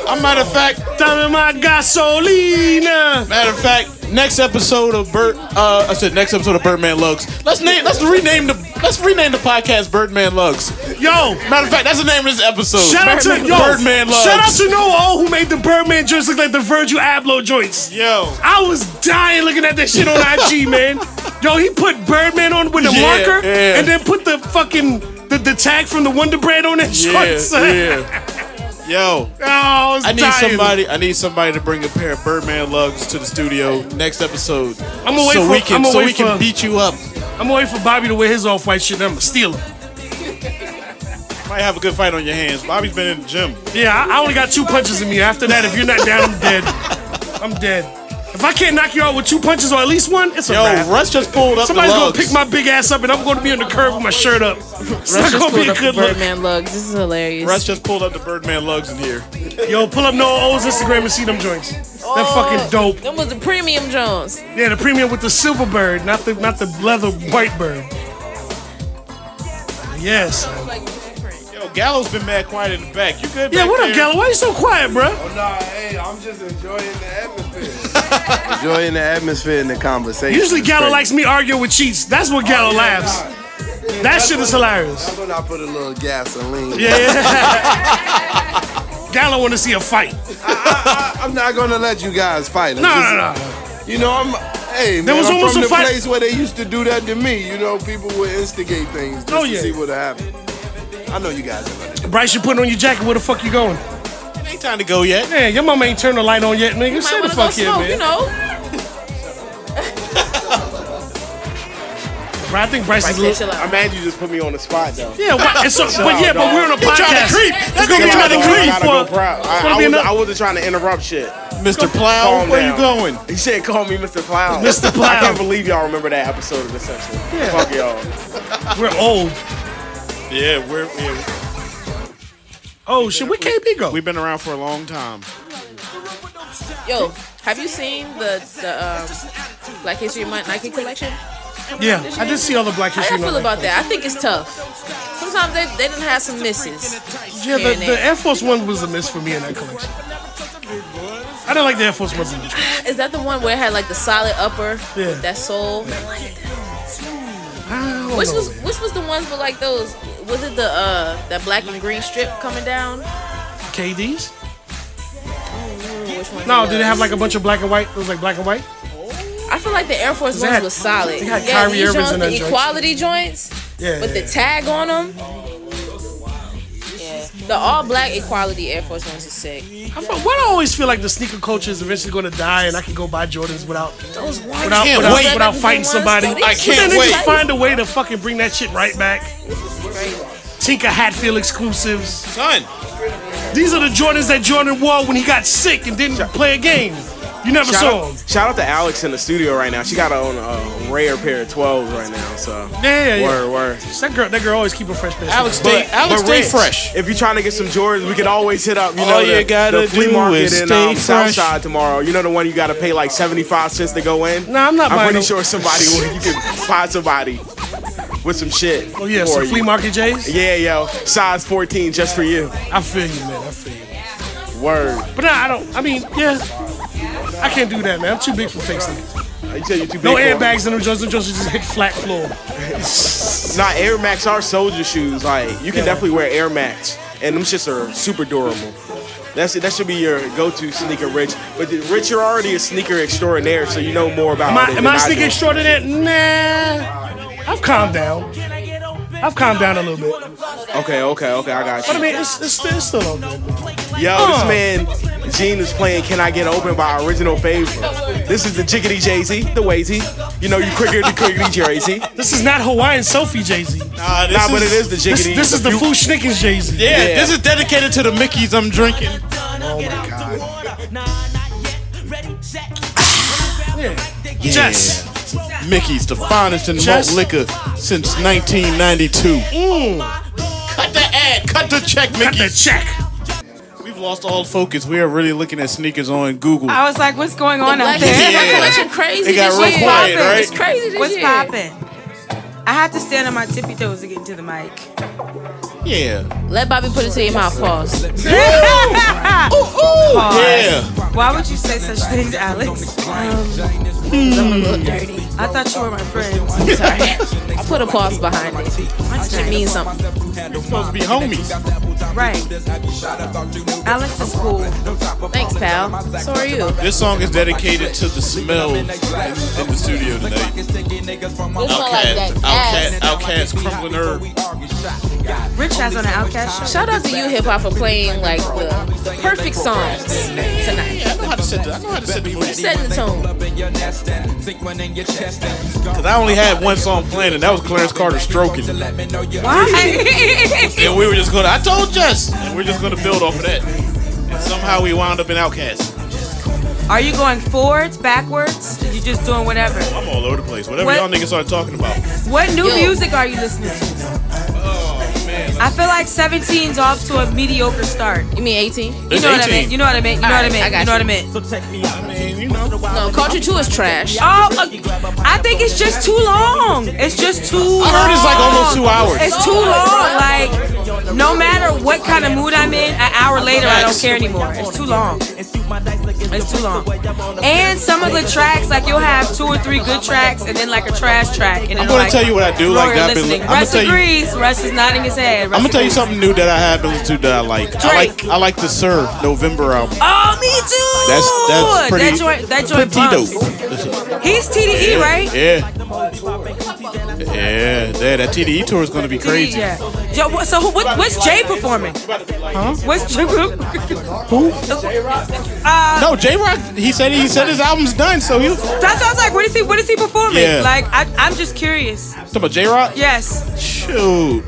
Speaker 2: A matter of fact,
Speaker 1: Dame my gasolina.
Speaker 2: matter of fact, Next episode of Bird, uh, I said next episode of Birdman Lugs. Let's name, let's rename the, let's rename the podcast Birdman Lugs.
Speaker 1: Yo,
Speaker 2: matter of fact, that's the name of this episode.
Speaker 1: Shout out to
Speaker 2: Birdman-
Speaker 1: yo,
Speaker 2: Birdman Lugs.
Speaker 1: Shout out to Noah O who made the Birdman joints look like the Virgil Abloh joints.
Speaker 2: Yo,
Speaker 1: I was dying looking at that shit on
Speaker 2: *laughs*
Speaker 1: IG, man. Yo, he put Birdman on with the
Speaker 2: Yeah,
Speaker 1: marker
Speaker 2: yeah.
Speaker 1: and then put the fucking the, the tag from the Wonder Bread on that
Speaker 2: Yeah,
Speaker 1: joint. son. Oh,
Speaker 2: yeah. Yo,
Speaker 1: I, was
Speaker 2: need
Speaker 1: dying.
Speaker 2: somebody. I need somebody to bring a pair of Birdman lugs to the studio next episode.
Speaker 1: I'm gonna wait
Speaker 2: so
Speaker 1: for
Speaker 2: we can
Speaker 1: I'm gonna
Speaker 2: so
Speaker 1: wait
Speaker 2: we can
Speaker 1: for,
Speaker 2: beat you up.
Speaker 1: I'm gonna wait for Bobby to wear his off white shit. And I'm gonna steal him.
Speaker 2: Might have a good fight on your hands. Bobby's been in the gym.
Speaker 1: Yeah, I, I only got two punches in me. After that, if you're not down, I'm dead. I'm dead. If I can't knock you out with two punches or at least one, it's a
Speaker 2: Yo,
Speaker 1: wrap.
Speaker 2: Russ just pulled up the
Speaker 1: Somebody's
Speaker 2: lugs.
Speaker 1: gonna pick my big ass up, and I'm gonna be on the curb with my shirt up. It's
Speaker 3: Russ
Speaker 1: not
Speaker 3: just
Speaker 1: gonna
Speaker 3: pulled
Speaker 1: be a
Speaker 3: up the
Speaker 1: good look.
Speaker 3: Birdman lugs. This is hilarious.
Speaker 2: Russ just pulled up the Birdman lugs in here.
Speaker 1: Yo, pull up Noah O's Instagram and see them joints. They're fucking dope.
Speaker 3: Oh, Them was the premium Jones.
Speaker 1: Yeah, the premium with the silver bird, not the not the leather white bird.
Speaker 3: Uh,
Speaker 1: Yes.
Speaker 2: Yo, Gallo's been mad quiet in the back. You good?
Speaker 1: Yeah,
Speaker 2: back
Speaker 1: what
Speaker 2: there?
Speaker 1: up, Gallo? Why you so quiet, bro?
Speaker 11: Oh, nah, hey, I'm just enjoying the atmosphere. *laughs*
Speaker 6: Enjoying the atmosphere and the conversation.
Speaker 1: Usually
Speaker 6: It's
Speaker 1: Gallo
Speaker 6: great.
Speaker 1: likes me arguing with cheats. That's what
Speaker 3: Oh,
Speaker 1: Gallo laughs. That shit is hilarious.
Speaker 11: That's when I put a little gasoline.
Speaker 1: Yeah, yeah.
Speaker 3: *laughs*
Speaker 1: Gallo want to see a fight.
Speaker 11: I'm not gonna let you guys fight. I'm
Speaker 1: No,
Speaker 11: just-
Speaker 1: no,
Speaker 11: You know, I'm. Hey,
Speaker 1: There
Speaker 11: man,
Speaker 1: was
Speaker 11: I'm
Speaker 1: almost
Speaker 11: from
Speaker 1: a
Speaker 11: the
Speaker 1: fight-
Speaker 11: place where they used to do that to me. You know, people would instigate things just
Speaker 1: Oh,
Speaker 11: to
Speaker 1: yeah.
Speaker 11: see what happened. I know you guys are gonna do.
Speaker 1: no. Bryce, you putting on your jacket. Where the fuck you going?
Speaker 2: It ain't time to go yet.
Speaker 1: Man, your mama ain't turned the light on yet, nigga. Stay the
Speaker 3: Might wanna
Speaker 1: fuck
Speaker 3: go
Speaker 1: here,
Speaker 3: smoke,
Speaker 1: man.
Speaker 3: You know,
Speaker 1: Bro, I think Bryce,
Speaker 3: Bryce,
Speaker 1: is a little.
Speaker 3: chill out.
Speaker 7: I'm mad you just put me on the spot though.
Speaker 1: Yeah, why,
Speaker 3: *laughs*
Speaker 1: it's so,
Speaker 7: Chill
Speaker 1: but
Speaker 7: out,
Speaker 1: yeah, but
Speaker 7: dog.
Speaker 1: we're on a
Speaker 2: He trying to
Speaker 1: podcast.
Speaker 2: creep. That
Speaker 1: It's gonna
Speaker 2: nigga
Speaker 1: be
Speaker 2: trying
Speaker 1: another
Speaker 2: to
Speaker 1: creep
Speaker 7: I, gotta go
Speaker 1: for.
Speaker 7: proud. I,
Speaker 1: it's gonna be
Speaker 7: I, was,
Speaker 1: another-
Speaker 7: I wasn't trying to interrupt shit.
Speaker 2: Mr. Plow,
Speaker 7: Calm
Speaker 2: where
Speaker 7: down.
Speaker 2: you going?
Speaker 7: He said, "Call me Mr. Plow."
Speaker 1: Mr. Plow.
Speaker 7: I can't believe y'all remember that episode of this episode. Fuck y'all.
Speaker 1: We're old.
Speaker 2: Yeah, we're, yeah,
Speaker 1: Oh shit, where KB go?
Speaker 2: we've been around for a long time.
Speaker 3: yo, have you seen the the um, Black History Month Nike collection?
Speaker 1: Yeah, I did see all the Black
Speaker 3: How
Speaker 1: History
Speaker 3: y'all feel
Speaker 1: Month.
Speaker 3: about that? I think it's tough. Sometimes they they didn't have some misses.
Speaker 1: Yeah,
Speaker 3: here
Speaker 1: the,
Speaker 3: and
Speaker 1: the
Speaker 3: there.
Speaker 1: Air Force One was a miss for me in that collection. I didn't like the Air Force One.
Speaker 3: Is that the one where it had like the solid upper
Speaker 1: Yeah.
Speaker 3: with that sole?
Speaker 1: I don't
Speaker 3: Which
Speaker 1: know,
Speaker 3: was
Speaker 1: man.
Speaker 3: which was the ones with like those? Was it the uh that black and green strip coming down?
Speaker 1: KDs?
Speaker 3: Which one
Speaker 1: No,
Speaker 3: it
Speaker 1: did it
Speaker 3: was?
Speaker 1: have like a bunch of black and white? It was like black and white.
Speaker 3: I feel like the Air Force
Speaker 1: They
Speaker 3: ones
Speaker 1: had-
Speaker 3: was solid.
Speaker 1: they had
Speaker 3: yeah,
Speaker 1: Kyrie
Speaker 3: these
Speaker 1: Irvings
Speaker 3: joints,
Speaker 1: in that
Speaker 3: the
Speaker 1: joint.
Speaker 3: equality joints
Speaker 1: Yeah.
Speaker 3: with the tag on them. Yeah, the all black equality Air Force ones is sick.
Speaker 1: I feel, why do I always feel like the sneaker culture is eventually going to die and I can go buy Jordans without
Speaker 3: Those ones.
Speaker 1: without
Speaker 2: can't
Speaker 1: without,
Speaker 2: wait.
Speaker 1: without fighting somebody?
Speaker 3: I can't
Speaker 1: Then they
Speaker 2: wait.
Speaker 1: just find a way to fucking bring that shit right back. Tinker Hatfield exclusives.
Speaker 2: Son,
Speaker 1: These are the Jordans that Jordan wore when he got sick and didn't play a game. You never
Speaker 7: Shout
Speaker 1: saw them.
Speaker 7: out, shout out to Alex in the studio right now. She got her own uh, rare pair of 12s right now. So
Speaker 1: Yeah, yeah, yeah.
Speaker 7: word, word.
Speaker 1: That girl, that girl always keep a fresh pair. of
Speaker 2: Alex,
Speaker 1: sneakers.
Speaker 2: stay, Alex,
Speaker 7: But
Speaker 2: stay
Speaker 7: Rich,
Speaker 2: fresh.
Speaker 7: If you're trying to get some Jordans, we can always hit up. You know,
Speaker 2: All you
Speaker 7: the,
Speaker 2: gotta
Speaker 7: the flea
Speaker 2: do
Speaker 7: market
Speaker 2: is
Speaker 7: in
Speaker 2: stay
Speaker 7: um,
Speaker 2: fresh.
Speaker 7: Southside tomorrow. You know the one you gotta pay like 75 cents to go in.
Speaker 1: Nah, I'm not
Speaker 7: I'm
Speaker 1: buying
Speaker 7: pretty
Speaker 1: no-
Speaker 7: sure somebody will, you can find somebody with some shit.
Speaker 1: Oh yeah,
Speaker 7: for
Speaker 1: some
Speaker 7: you.
Speaker 1: flea market J's.
Speaker 7: Yeah, yo, size 14 just for you.
Speaker 1: I feel you, man. I feel you.
Speaker 7: Word.
Speaker 1: But nah, I don't. I mean, yeah, I can't do that, man. I'm too big for fake sneakers.
Speaker 7: I tell you, too big
Speaker 1: No
Speaker 7: for 'em.
Speaker 1: airbags in them. Johnson Johnson just hit flat
Speaker 7: *laughs*
Speaker 1: floor.
Speaker 7: Nah, Air Max are soldier shoes. Like you can
Speaker 1: Yeah.
Speaker 7: definitely wear Air Max, and them shits are super durable. That's it. That should be your go-to sneaker, Rich. But the- Rich, you're already a sneaker extraordinaire, so you know more about
Speaker 1: Am I,
Speaker 7: it.
Speaker 1: am
Speaker 7: than
Speaker 1: I
Speaker 7: do.
Speaker 1: sneaking extraordinary? Nah, I've calmed down. I've calmed down a little bit.
Speaker 7: Okay, okay, okay. I got you.
Speaker 1: But I mean, it's, it's, still- it's still on. man.
Speaker 7: Yo,
Speaker 1: Uh.
Speaker 7: this man Gene is playing "Can I Get Open" by Original Favor. This is the Jiggity Jay Z, the Wazy. You know, you quicker the quickity Jay Z.
Speaker 1: This is not Hawaiian Sophie Jay Z.
Speaker 2: Nah, this
Speaker 7: Nah, but it is the
Speaker 1: This,
Speaker 7: Jiggity.
Speaker 1: this is the Foo Schnickens Jay Z.
Speaker 2: Yeah,
Speaker 7: Yeah.
Speaker 2: this is dedicated to the Mickeys I'm drinking.
Speaker 1: Oh my god. Yeah. Jess.
Speaker 2: Mickey's the finest in
Speaker 1: Just-
Speaker 2: malt liquor since 1992.
Speaker 1: Mm.
Speaker 2: Cut the ad, cut the check,
Speaker 1: Got the
Speaker 2: Mickey.
Speaker 1: check.
Speaker 2: We've lost all focus. We are really looking at sneakers on Google.
Speaker 4: I was like, what's going on out
Speaker 3: Black
Speaker 4: there?
Speaker 3: History Month *laughs* collection crazy
Speaker 2: It got
Speaker 3: this
Speaker 2: real
Speaker 3: year.
Speaker 2: quiet, right?
Speaker 3: It's crazy this
Speaker 4: What's
Speaker 3: year.
Speaker 4: poppin'? I have to stand on my tippy toes to get into the mic.
Speaker 2: Yeah,
Speaker 3: Let Bobby put it to your mouth. Pause.
Speaker 4: Pause.
Speaker 2: yeah.
Speaker 4: Why would you say such things, Alex? Um, I thought you were my friend.
Speaker 3: I'm sorry. I put a pause behind it. That shit means something. We're supposed to be homies. Right. Alex is cool. Thanks, pal. So are you.
Speaker 2: This song is dedicated to the smell in the studio tonight. Outcast, outcast, outcast, crumbling herb.
Speaker 4: Rich has on an outcast shirt.
Speaker 3: Shout out to you, hip hop, for playing like the, the perfect songs tonight.
Speaker 2: I know how to set the, I know how to set the mood.
Speaker 3: Setting the tone.
Speaker 2: Cause I only had one song playing, and that was Clarence Carter stroking.
Speaker 4: Why?
Speaker 2: And we were just gonna, I told Jess, and we're just gonna build off of that. And somehow we wound up in Outcast.
Speaker 4: *laughs* Are you going forwards, backwards? You just doing whatever.
Speaker 2: I'm all over the place. Whatever
Speaker 4: What-
Speaker 2: y'all niggas are talking about.
Speaker 4: What new music are you listening to? I feel like 17's off to a mediocre start.
Speaker 3: You mean 18?
Speaker 4: You know what I meant. You know what I meant. You know what I
Speaker 3: Alright,
Speaker 4: meant.
Speaker 3: I got
Speaker 4: You know what I
Speaker 3: you.
Speaker 4: meant.
Speaker 3: No, Culture 2 is trash.
Speaker 4: Oh, look, I think it's just too long. It's just too. I
Speaker 3: heard it's like
Speaker 2: almost two hours.
Speaker 4: It's too long. Like, no matter what kind of mood I'm in, an hour later I don't care anymore. It's too long. It's too long. And some of the tracks, like you'll have two or three good tracks, and then like a trash track. And
Speaker 2: I'm
Speaker 4: it'll,
Speaker 2: gonna
Speaker 4: like,
Speaker 2: tell you what I do
Speaker 4: throw
Speaker 2: like
Speaker 4: your
Speaker 2: that I've been-
Speaker 4: listening.
Speaker 2: I'm gonna
Speaker 4: Russ
Speaker 2: tell you-
Speaker 4: agrees. Russ is nodding his head.
Speaker 2: I'm
Speaker 4: Russ
Speaker 2: gonna tell you
Speaker 4: agrees.
Speaker 2: something new that I have been listening to that I like. I like I like the Sir November album.
Speaker 4: Oh, me too.
Speaker 2: That's that's pretty.
Speaker 4: Oh, that joint. That joint. bumps.
Speaker 2: pretty dope.
Speaker 4: He's TDE,
Speaker 2: yeah,
Speaker 4: E, right?
Speaker 2: Yeah. Yeah, yeah, that TDE tour is gonna be
Speaker 4: E.
Speaker 2: crazy.
Speaker 4: Yeah. Yo, what- so who, what, what's Jay performing? Huh? What's Jay? Who? Uh,
Speaker 2: No, J Rock. He said he said his album's done, so he. Talking
Speaker 4: That's what I was like. What is he? What is he performing?
Speaker 2: Yeah.
Speaker 4: Like, I, I'm just curious.
Speaker 2: about J Rock.
Speaker 4: Yes.
Speaker 2: Shoot,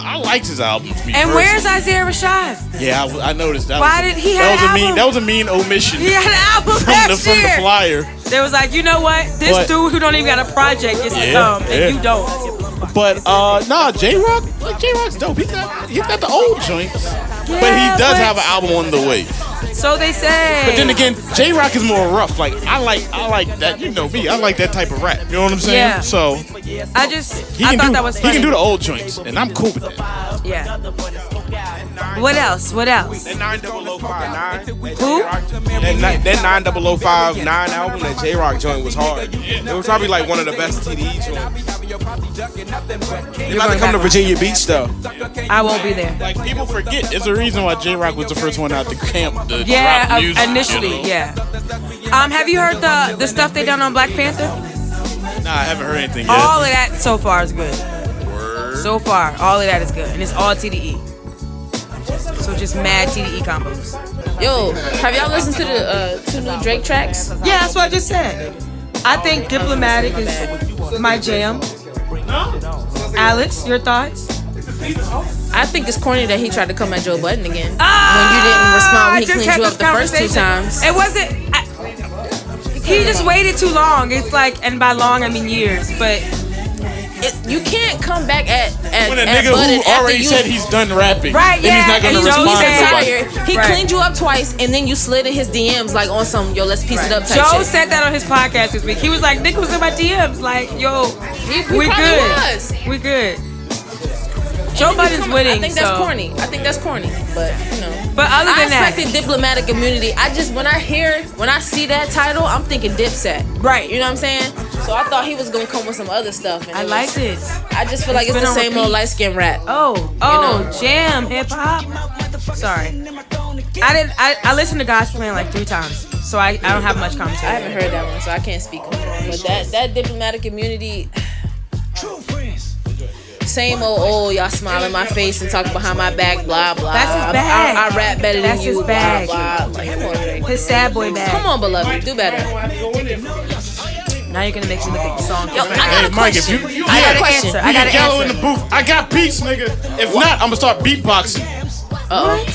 Speaker 2: I liked his album. to be
Speaker 4: And
Speaker 2: personal.
Speaker 4: where's Isaiah Rashad?
Speaker 2: Yeah, I, w- I noticed that.
Speaker 4: Why
Speaker 2: was a,
Speaker 4: did- he
Speaker 2: that
Speaker 4: had
Speaker 2: was a
Speaker 4: an
Speaker 2: mean
Speaker 4: album?
Speaker 2: that was a mean omission
Speaker 4: He had an album
Speaker 2: *laughs* from
Speaker 4: last
Speaker 2: the from
Speaker 4: year.
Speaker 2: the flyer.
Speaker 4: They was like, you know what? This
Speaker 2: What?
Speaker 4: dude who don't even got a project is to
Speaker 2: Yeah,
Speaker 4: come,
Speaker 2: yeah.
Speaker 4: and you don't.
Speaker 2: But uh, nah, J Rock, like J Rock's dope. He got he got the old joints, but he
Speaker 4: Yeah,
Speaker 2: does
Speaker 4: but-
Speaker 2: have an album on the way.
Speaker 4: So they say.
Speaker 2: But then again, J Rock is more rough. Like I like I like that. You know me. I like that type of rap. You know what I'm saying?
Speaker 4: Yeah.
Speaker 2: So
Speaker 4: I just
Speaker 2: he
Speaker 4: I
Speaker 2: can
Speaker 4: thought
Speaker 2: do
Speaker 4: that was
Speaker 2: he
Speaker 4: funny.
Speaker 2: can do the old joints, and I'm cool with that.
Speaker 4: Yeah. What else? What else? Who?
Speaker 7: oh That, ni- that 9005 9 album that J Rock joint was hard. It was probably like one of the best TDE joints. They about to come to Virginia Beach though.
Speaker 4: I won't be there.
Speaker 2: Like people forget, there's a reason why J Rock was the first one out to camp. To
Speaker 4: Yeah,
Speaker 2: drop
Speaker 4: uh,
Speaker 2: music, you
Speaker 4: initially,
Speaker 2: know?
Speaker 4: yeah. Um, have you heard the the stuff they done on Black Panther?
Speaker 2: Nah, I haven't heard anything yet.
Speaker 4: All of that so far is good. So far, all of that is good, and it's all TDE. So just mad TDE combos.
Speaker 3: Yo, have y'all listened to the uh, two new Drake tracks?
Speaker 4: Yeah, that's what I just said. I think diplomatic is my jam. Alex, your thoughts?
Speaker 3: I think it's corny that he tried to come at Joe Budden again.
Speaker 4: Ah,
Speaker 3: when you didn't respond, when he cleaned you up the first two times.
Speaker 4: It wasn't. I, he just waited too long. It's like, and by long I mean years, but
Speaker 3: It- you can't come back at, at
Speaker 2: When a
Speaker 3: at
Speaker 2: nigga
Speaker 3: Budden
Speaker 2: who
Speaker 3: after
Speaker 2: already
Speaker 3: you-
Speaker 2: said he's done rapping,
Speaker 4: Right,
Speaker 2: then
Speaker 4: yeah,
Speaker 2: he's not gonna
Speaker 4: and he
Speaker 2: respond
Speaker 4: knows
Speaker 2: to
Speaker 4: he's
Speaker 2: nobody.
Speaker 4: tired.
Speaker 3: He
Speaker 4: Right.
Speaker 3: cleaned you up twice, and then you slid in his DMs like on some yo, let's piece it up type
Speaker 4: Joe
Speaker 3: shit.
Speaker 4: said that on his podcast this week. He was like, Nick was in my DMs, like, yo,
Speaker 3: He- he
Speaker 4: we
Speaker 3: probably
Speaker 4: good.
Speaker 3: was.
Speaker 4: We good. Joe
Speaker 3: You
Speaker 4: Biden's
Speaker 3: come-
Speaker 4: winning.
Speaker 3: I think that's
Speaker 4: so-
Speaker 3: corny. I think that's corny. But you know.
Speaker 4: But other
Speaker 3: I
Speaker 4: than that-
Speaker 3: expected diplomatic immunity. I just when I hear when I see that title, I'm thinking Dipset.
Speaker 4: Right.
Speaker 3: You know what I'm saying? So I thought he was gonna come with some other stuff. And
Speaker 4: I
Speaker 3: was-
Speaker 4: liked it.
Speaker 3: I just feel like
Speaker 4: It's
Speaker 3: it's,
Speaker 4: been
Speaker 3: the
Speaker 4: on
Speaker 3: same old
Speaker 4: repeat.
Speaker 3: light skin rap.
Speaker 4: Oh, oh, jam, hip hop. Sorry. I didn't. I, I listened to God's plan like three times, so I, I don't have much
Speaker 3: I
Speaker 4: commentary.
Speaker 3: haven't heard that one, so I can't speak on it. But that that diplomatic immunity. Same old, old, y'all smile in my face and talk behind my back, blah blah.
Speaker 4: That's his
Speaker 3: I-
Speaker 4: bag.
Speaker 3: I, I rap better
Speaker 4: That's
Speaker 3: than you, blah
Speaker 4: his bag.
Speaker 3: blah. Like, come on, Drake.
Speaker 4: His sad boy bag.
Speaker 3: Come on, beloved, do better.
Speaker 4: Now you're gonna make me look at the song.
Speaker 3: Yo, I
Speaker 2: Hey,
Speaker 3: got a
Speaker 2: Mike, if
Speaker 3: question.
Speaker 2: you, you
Speaker 4: I
Speaker 2: had
Speaker 4: got an answer. I got an
Speaker 2: Gallo in
Speaker 4: answer.
Speaker 2: the booth, I got peace, nigga. If not, I'm gonna start beatboxing.
Speaker 3: Uh-oh.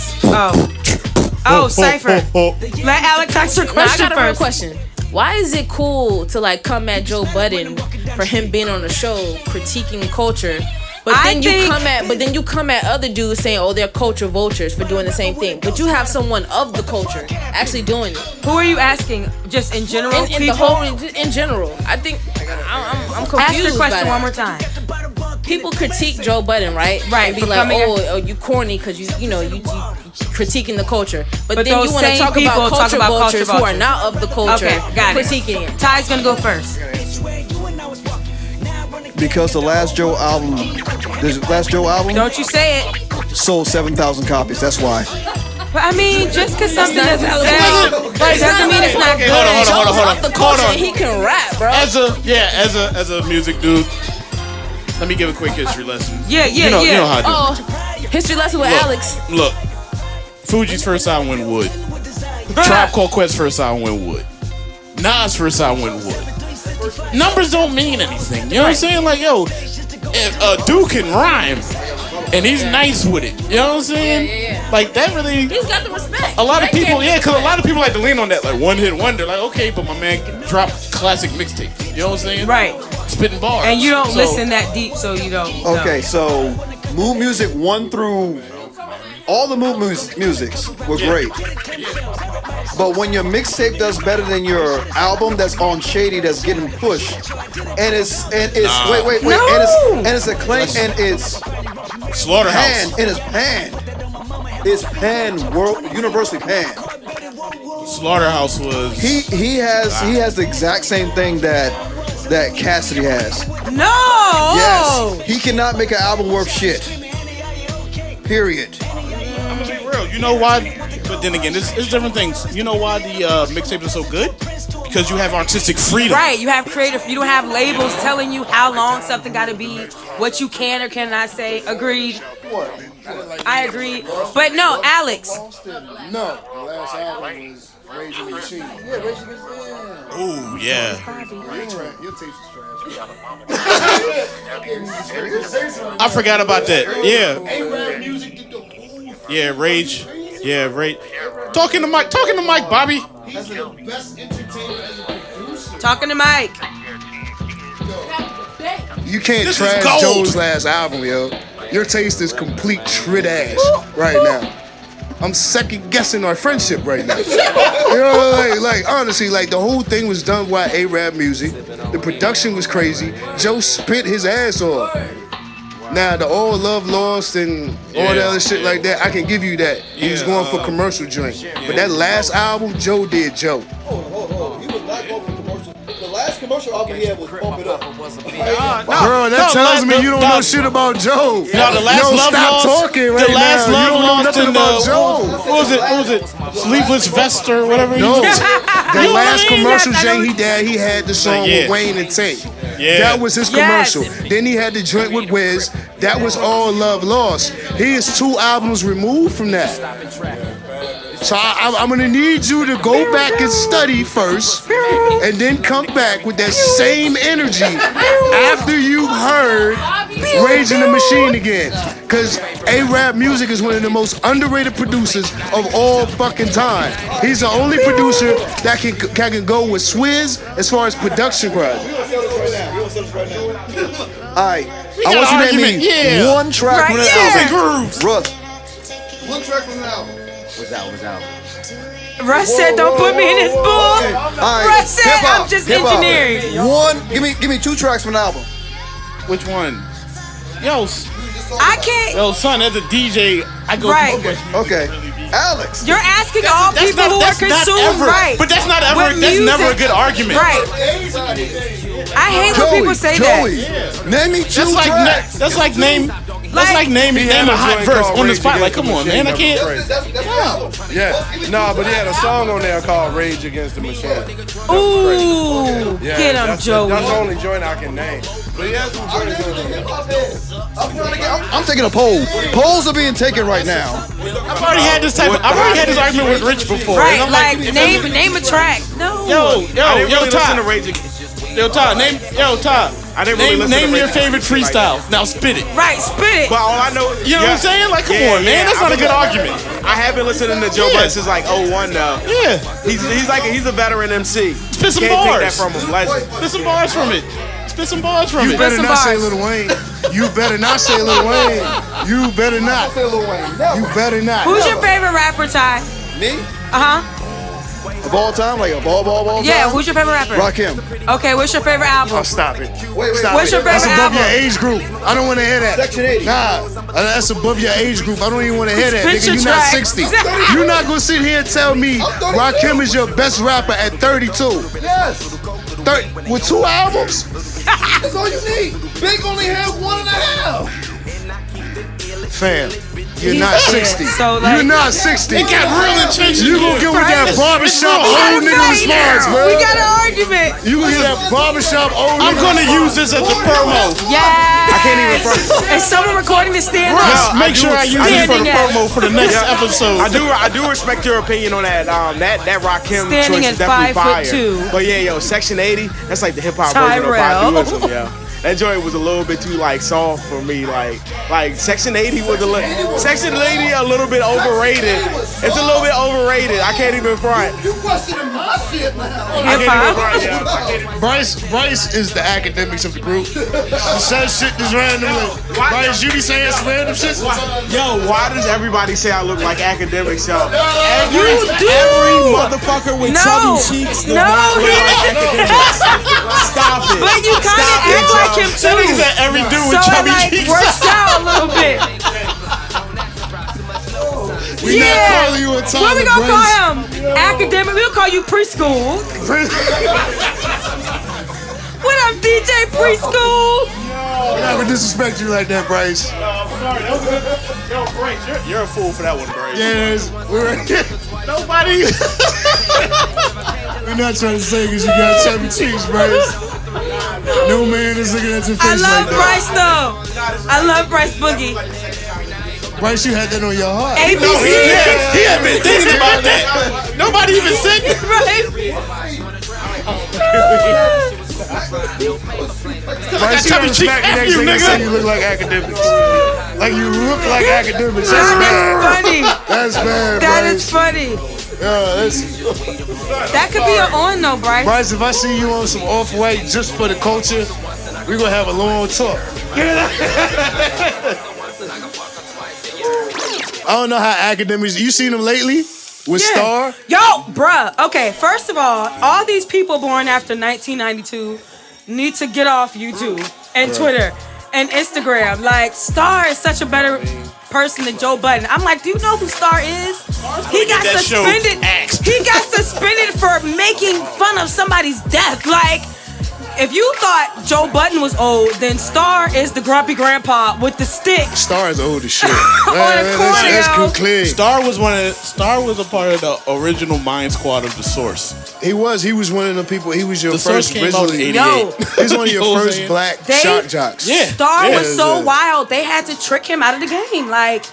Speaker 4: Oh. Oh, Cypher. Let Alex ask your
Speaker 3: No, I
Speaker 4: question
Speaker 3: got a real
Speaker 4: first.
Speaker 3: question. Why is it cool to like come at Joe Budden for him being on the show critiquing culture? But
Speaker 4: I
Speaker 3: then you
Speaker 4: think-
Speaker 3: come at but then you come at other dudes saying, Oh, they're culture vultures for doing the same thing. But you have someone of the culture actually doing it.
Speaker 4: Who are you asking? Just in general?
Speaker 3: In, in the
Speaker 4: people?
Speaker 3: whole in general. I think I'm, I'm, I'm confused.
Speaker 4: Ask your
Speaker 3: by that.
Speaker 4: question one more time.
Speaker 3: People critique Joe Budden, right?
Speaker 4: Right,
Speaker 3: And be
Speaker 4: for
Speaker 3: like,
Speaker 4: coming
Speaker 3: oh,
Speaker 4: at-
Speaker 3: oh, you corny because you, you know, you, you, you critiquing the culture. But,
Speaker 4: But
Speaker 3: then you
Speaker 4: those
Speaker 3: want to
Speaker 4: same
Speaker 3: talk
Speaker 4: people
Speaker 3: about
Speaker 4: talk
Speaker 3: culture
Speaker 4: about culture
Speaker 3: vultures who are
Speaker 4: vultures.
Speaker 3: not of the culture
Speaker 4: Okay, got it.
Speaker 3: critiquing it. Ty's gonna go first.
Speaker 12: Because the last Joe album, the last Joe album,
Speaker 4: Don't you say it.
Speaker 12: sold seven thousand copies. That's why.
Speaker 4: But I mean, just because something
Speaker 3: not
Speaker 4: doesn't
Speaker 3: valid.
Speaker 4: sound, like, doesn't mean it's not
Speaker 2: Okay,
Speaker 4: good.
Speaker 2: Hold on, hold on, hold on,
Speaker 3: Off
Speaker 2: hold on.
Speaker 3: the culture,
Speaker 2: Hold on.
Speaker 3: he can rap, bro.
Speaker 2: As a yeah, as a as a music dude, let me give a quick history lesson.
Speaker 3: Yeah, yeah,
Speaker 2: you know,
Speaker 3: yeah.
Speaker 2: You know how I do.
Speaker 3: Oh, history lesson with
Speaker 2: Look.
Speaker 3: Alex.
Speaker 2: Look, Fuji's first album went wood. Tribe Called Quest first album went wood. Nas first album went wood. Numbers don't mean anything. You know what I'm saying? Like, yo, if a dude can rhyme and he's nice with it. You know what I'm saying? Like that really.
Speaker 3: He's got the respect.
Speaker 2: A lot of
Speaker 3: Drake
Speaker 2: people,
Speaker 3: gave
Speaker 2: yeah,
Speaker 3: him
Speaker 2: because a
Speaker 3: respect.
Speaker 2: lot of people like to lean on that, like one hit wonder. Like, okay, but my man dropped classic mixtapes. You know what I'm saying?
Speaker 4: Right.
Speaker 2: Spitting bars.
Speaker 4: And you don't
Speaker 2: So-
Speaker 4: listen that deep, so you don't. know.
Speaker 12: Okay, so Mood Music one through all the Mood mus- musics were great. But when your mixtape does better than your album that's on Shady that's getting pushed, and it's and it's
Speaker 2: Nah.
Speaker 12: wait wait wait and it's and it's a claim and it's
Speaker 2: Slaughterhouse.
Speaker 12: panned and it's panned. It's panned world universally panned.
Speaker 2: Slaughterhouse was
Speaker 12: He he has he has the exact same thing that that Cassidy has.
Speaker 4: No. Oh.
Speaker 12: Yes, he cannot make an album worth shit. Period.
Speaker 2: I'm gonna be real. You know why? But then again, it's, it's different things. You know why the uh, mixtapes are so good? Because you have artistic freedom.
Speaker 4: Right, you have creative. You don't have labels telling you how long something got to be, what you can or cannot say. Agreed. I agree. But no, Alex.
Speaker 11: No, the last album was Raging the Machine. Yeah, Raging the Machine.
Speaker 2: Oh yeah.
Speaker 11: Your taste is
Speaker 2: I forgot about that. Yeah. Yeah. Rage. Yeah. Rage. Talking to Mike. Talking to Mike. Bobby.
Speaker 4: Talking to Mike.
Speaker 11: You can't
Speaker 4: This is
Speaker 11: trash
Speaker 2: gold.
Speaker 11: Joe's last album, yo. Your taste is complete shit ass right now. I'm second guessing our friendship right now. you know, like, like honestly, like the whole thing was done by A-Rap Music. The production was crazy. Joe spit his ass off. Now the all love lost and all that
Speaker 2: Yeah,
Speaker 11: other shit like that, I can give you that. He was
Speaker 2: Yeah,
Speaker 11: going for
Speaker 2: uh,
Speaker 11: commercial drink, but that last album, Joe did Joe.
Speaker 12: The last commercial album he had was Pump It Up.
Speaker 11: Bro, that tells me you don't know shit about Joe.
Speaker 2: No, the last
Speaker 11: Yo,
Speaker 2: love
Speaker 11: stop
Speaker 2: lost.
Speaker 11: talking right
Speaker 2: the last
Speaker 11: now.
Speaker 2: love
Speaker 11: you don't know
Speaker 2: lost
Speaker 11: nothing
Speaker 2: in
Speaker 11: about
Speaker 2: the,
Speaker 11: Joe.
Speaker 2: What was it? What was it? Sleeveless vest or whatever.
Speaker 11: No,
Speaker 2: he- *laughs*
Speaker 11: the
Speaker 2: You
Speaker 11: last
Speaker 2: know what I mean?
Speaker 11: commercial
Speaker 2: Yes, I
Speaker 11: Jay
Speaker 2: know.
Speaker 11: he did, he had the song
Speaker 2: Yeah.
Speaker 11: with Wayne and Tate.
Speaker 2: Yeah.
Speaker 11: That was his
Speaker 2: Yes.
Speaker 11: commercial. Then he had the joint with Wiz. That was all love lost. He is two albums removed from that. So I, am gonna need you to go back and study first, and then come back with that same energy after you've heard Raging the Machine again. Cause A-Rap Music is one of the most underrated producers of all fucking time. He's the only producer that can that can go with Swizz as far as production wise.
Speaker 12: Alright,
Speaker 11: We
Speaker 12: I
Speaker 11: got
Speaker 12: want you to
Speaker 11: an
Speaker 12: name me
Speaker 11: argument, yeah.
Speaker 12: one track
Speaker 11: Right
Speaker 12: from the
Speaker 11: there.
Speaker 12: album. Russ,
Speaker 11: One track from the album.
Speaker 12: what's out? What's out?
Speaker 4: Russ said, "Don't put me in this bull." Russ said, "I'm just engineering."
Speaker 12: One, give me, give me two tracks from the album.
Speaker 2: Which one? Yo, s-
Speaker 4: I can't.
Speaker 2: yo, son. As a DJ, I go.
Speaker 4: Right.
Speaker 12: Okay. Alex.
Speaker 4: You're asking all
Speaker 2: That's
Speaker 4: people
Speaker 2: not-
Speaker 4: who are
Speaker 2: that's not
Speaker 4: consumed
Speaker 2: ever-
Speaker 4: right.
Speaker 2: but that's not ever-
Speaker 4: with
Speaker 2: that's never a
Speaker 4: music.
Speaker 2: good argument.
Speaker 4: Right. I hate when people say that.
Speaker 12: Name me two
Speaker 2: that's like
Speaker 12: tracks.
Speaker 2: na- that's like name. That's like name
Speaker 11: He
Speaker 2: name
Speaker 11: had
Speaker 2: a
Speaker 11: a
Speaker 2: hot
Speaker 11: joint
Speaker 2: verse
Speaker 11: called
Speaker 2: on the
Speaker 11: Rage
Speaker 2: spot. Like,
Speaker 11: Against
Speaker 2: come
Speaker 11: the
Speaker 2: on,
Speaker 11: Machine,
Speaker 2: man, I
Speaker 11: that was crazy.
Speaker 2: can't.
Speaker 11: Yeah. Nah, but he had a song on there called Rage Against the Machine.
Speaker 4: Ooh,
Speaker 11: Yeah,
Speaker 4: get him,
Speaker 11: that's the-
Speaker 4: Joey.
Speaker 11: That's the only joint I can name. But he has some joints on there.
Speaker 12: I'm taking a poll. Polls are being taken right now.
Speaker 2: I've already had this type. Of, I've already had this argument with Rich before.
Speaker 4: Right,
Speaker 2: and I'm
Speaker 4: like,
Speaker 2: if
Speaker 4: name
Speaker 2: I'm-
Speaker 4: name a track. No.
Speaker 2: Yo, yo,
Speaker 7: I didn't
Speaker 2: yo,
Speaker 7: really listen
Speaker 2: Todd.
Speaker 7: to Rage
Speaker 2: Yo, Todd. Name. Yo, Todd.
Speaker 7: I didn't really
Speaker 2: name
Speaker 7: listen to
Speaker 2: name your
Speaker 7: Rage Against the
Speaker 2: favorite
Speaker 7: Machine like
Speaker 2: freestyle. now spit it.
Speaker 4: Right, spit it.
Speaker 7: But all Oh, I know,
Speaker 2: You know what I'm saying? Like, come on, man, that's not a
Speaker 7: I've
Speaker 2: good
Speaker 7: been-
Speaker 2: argument.
Speaker 7: I have been listening to Joe
Speaker 2: Yeah.
Speaker 7: Budden since like 01 now.
Speaker 2: Yeah.
Speaker 7: He's he's like he's a veteran MC.
Speaker 2: Spit some
Speaker 7: Can't
Speaker 2: bars.
Speaker 7: Take that from him. Legend.
Speaker 2: Spit some bars from it. Spit some bars from
Speaker 11: You
Speaker 2: it.
Speaker 11: better not say Lil Wayne. You better not say Lil Wayne. You better not. You better not.
Speaker 4: Who's your favorite rapper, Ty?
Speaker 12: Me?
Speaker 4: Uh huh.
Speaker 10: Of all time? Like, of all, of all, of all
Speaker 4: Yeah,
Speaker 10: time?
Speaker 4: who's your favorite rapper?
Speaker 10: Rakim.
Speaker 4: Okay, what's your favorite album?
Speaker 10: Oh, stop it.
Speaker 11: Wait, wait,
Speaker 4: What's your
Speaker 11: That's
Speaker 4: favorite
Speaker 11: above
Speaker 4: album?
Speaker 11: your age group. I don't want to hear that.
Speaker 10: Section 80.
Speaker 11: Nah, Uh, that's above your age group. I don't even want to hear that.
Speaker 10: Spit
Speaker 11: Nigga,
Speaker 10: your
Speaker 11: you're not
Speaker 10: track.
Speaker 11: 60. You're not going to sit here and tell me Rakim is your best rapper at 32.
Speaker 5: Yes.
Speaker 11: Thir- with two albums?
Speaker 5: That's all you need. Big only had one and a half.
Speaker 11: Fam,
Speaker 5: He's
Speaker 11: you're not
Speaker 5: dead.
Speaker 11: 60.
Speaker 5: So, like-
Speaker 11: you're not 60.
Speaker 5: It got real and changed
Speaker 11: You're going to get with that
Speaker 5: Right?
Speaker 11: barbershop
Speaker 5: It's real. We
Speaker 11: old
Speaker 5: got
Speaker 11: nigga
Speaker 5: a fight
Speaker 11: response,
Speaker 5: now.
Speaker 11: bro.
Speaker 5: We got an
Speaker 4: argument.
Speaker 11: You going to get that barbershop old
Speaker 5: I'm
Speaker 11: nigga
Speaker 5: gonna
Speaker 11: response.
Speaker 5: use this as
Speaker 4: the
Speaker 11: *laughs*
Speaker 4: promo. Yeah.
Speaker 11: I can't even
Speaker 4: Is someone recording this stand up?
Speaker 13: Let's make sure I use it for the promo for the next
Speaker 4: Yeah.
Speaker 13: episode.
Speaker 2: I do I do respect your opinion on that um that that Rakim
Speaker 4: Standing
Speaker 2: choice
Speaker 4: at
Speaker 2: is definitely
Speaker 4: five foot
Speaker 2: fire.
Speaker 4: two.
Speaker 2: But yeah, yo, section 80, that's like the hip hop version of
Speaker 4: Tyrell.
Speaker 2: Bobby Wilson, yeah. That joint was a little bit too like soft for me. Like like section 80 was a little section 80 a little bit overrated. It's a little bit overrated. I can't even front.
Speaker 5: You questioning my shit now.
Speaker 2: I can't even front, yeah.
Speaker 11: Bryce, Bryce is the academics of the group. He says shit is random. Like, Bryce, you be saying some random shit.
Speaker 2: Yo, why does everybody say I look like academics, yo? Every,
Speaker 5: You do.
Speaker 2: every motherfucker with
Speaker 5: No.
Speaker 2: chubby cheeks does
Speaker 5: No,
Speaker 2: not
Speaker 5: he
Speaker 2: look like
Speaker 5: doesn't.
Speaker 2: academics. *laughs* Stop it.
Speaker 5: But you kinda
Speaker 2: Stop
Speaker 5: act
Speaker 2: it,
Speaker 5: like
Speaker 2: yo.
Speaker 5: him,
Speaker 2: That
Speaker 5: too.
Speaker 2: nigga said every dude with
Speaker 5: So it,
Speaker 2: chubby
Speaker 5: like,
Speaker 2: cheeks.
Speaker 5: works out a little bit.
Speaker 11: We not calling you a
Speaker 4: What we
Speaker 11: Tyler
Speaker 4: gonna
Speaker 11: Grace.
Speaker 4: call him? Academic. We'll call
Speaker 2: *laughs*
Speaker 4: you preschool. what up, DJ preschool?
Speaker 11: I never disrespect you like that, Bryce.
Speaker 7: Yo, Bryce, you're, you're a fool for that one, Bryce.
Speaker 11: Yes, we're
Speaker 7: Nobody.
Speaker 11: we're not trying to say because you got chubby cheeks, Bryce. No man is looking at your face
Speaker 4: I love
Speaker 11: like
Speaker 4: Bryce
Speaker 11: that.
Speaker 4: though. I love Bryce Boogie.
Speaker 11: Bryce. Bryce, you had that on your heart.
Speaker 4: ABC.
Speaker 11: No,
Speaker 4: *laughs*
Speaker 11: he had-
Speaker 13: He had been thinking about
Speaker 11: that.
Speaker 13: Nobody even said
Speaker 11: Bryce, you
Speaker 5: Chubby
Speaker 11: gotta
Speaker 5: cheek
Speaker 11: smack the
Speaker 5: F
Speaker 11: next
Speaker 5: you,
Speaker 11: nigga and
Speaker 5: nigga.
Speaker 11: say you look like academics. Like you look like academics. That's
Speaker 4: That
Speaker 11: bad.
Speaker 4: is funny.
Speaker 11: That's bad,
Speaker 4: That
Speaker 11: Bryce.
Speaker 4: is funny.
Speaker 11: Yeah, that's-
Speaker 4: That could be an on though, Bryce.
Speaker 11: Bryce, if I see you on some off white just for the culture, we gonna have a long talk. I don't know how academics. You seen them lately with
Speaker 4: Yeah.
Speaker 11: Star?
Speaker 4: Yo, bruh. Okay, first of all, all these people born after 1992 need to get off YouTube and
Speaker 3: Right.
Speaker 4: Twitter and Instagram. Like, Star is such a better person than Joe Budden. I'm like, do you know who Star is? He got
Speaker 5: get that show
Speaker 4: suspended. He got suspended for making fun of somebody's death. Like, if you thought Joe Budden was old, then Star is the grumpy grandpa with the stick.
Speaker 11: Star is old
Speaker 4: *laughs*
Speaker 11: as shit.
Speaker 13: Star was one of Star was a part of the original Mind Squad of the Source.
Speaker 11: He was. He was one of the people. He was your
Speaker 13: The Source came
Speaker 11: first
Speaker 13: out in
Speaker 11: originally.
Speaker 13: 88. Yo.
Speaker 11: He was one of
Speaker 13: You
Speaker 2: *laughs*
Speaker 11: your
Speaker 13: know what I'm
Speaker 11: first
Speaker 13: saying?
Speaker 11: black
Speaker 4: They-
Speaker 11: shock jocks.
Speaker 4: Star
Speaker 11: Yeah,
Speaker 4: was so wild. They had to trick him out of the game. Like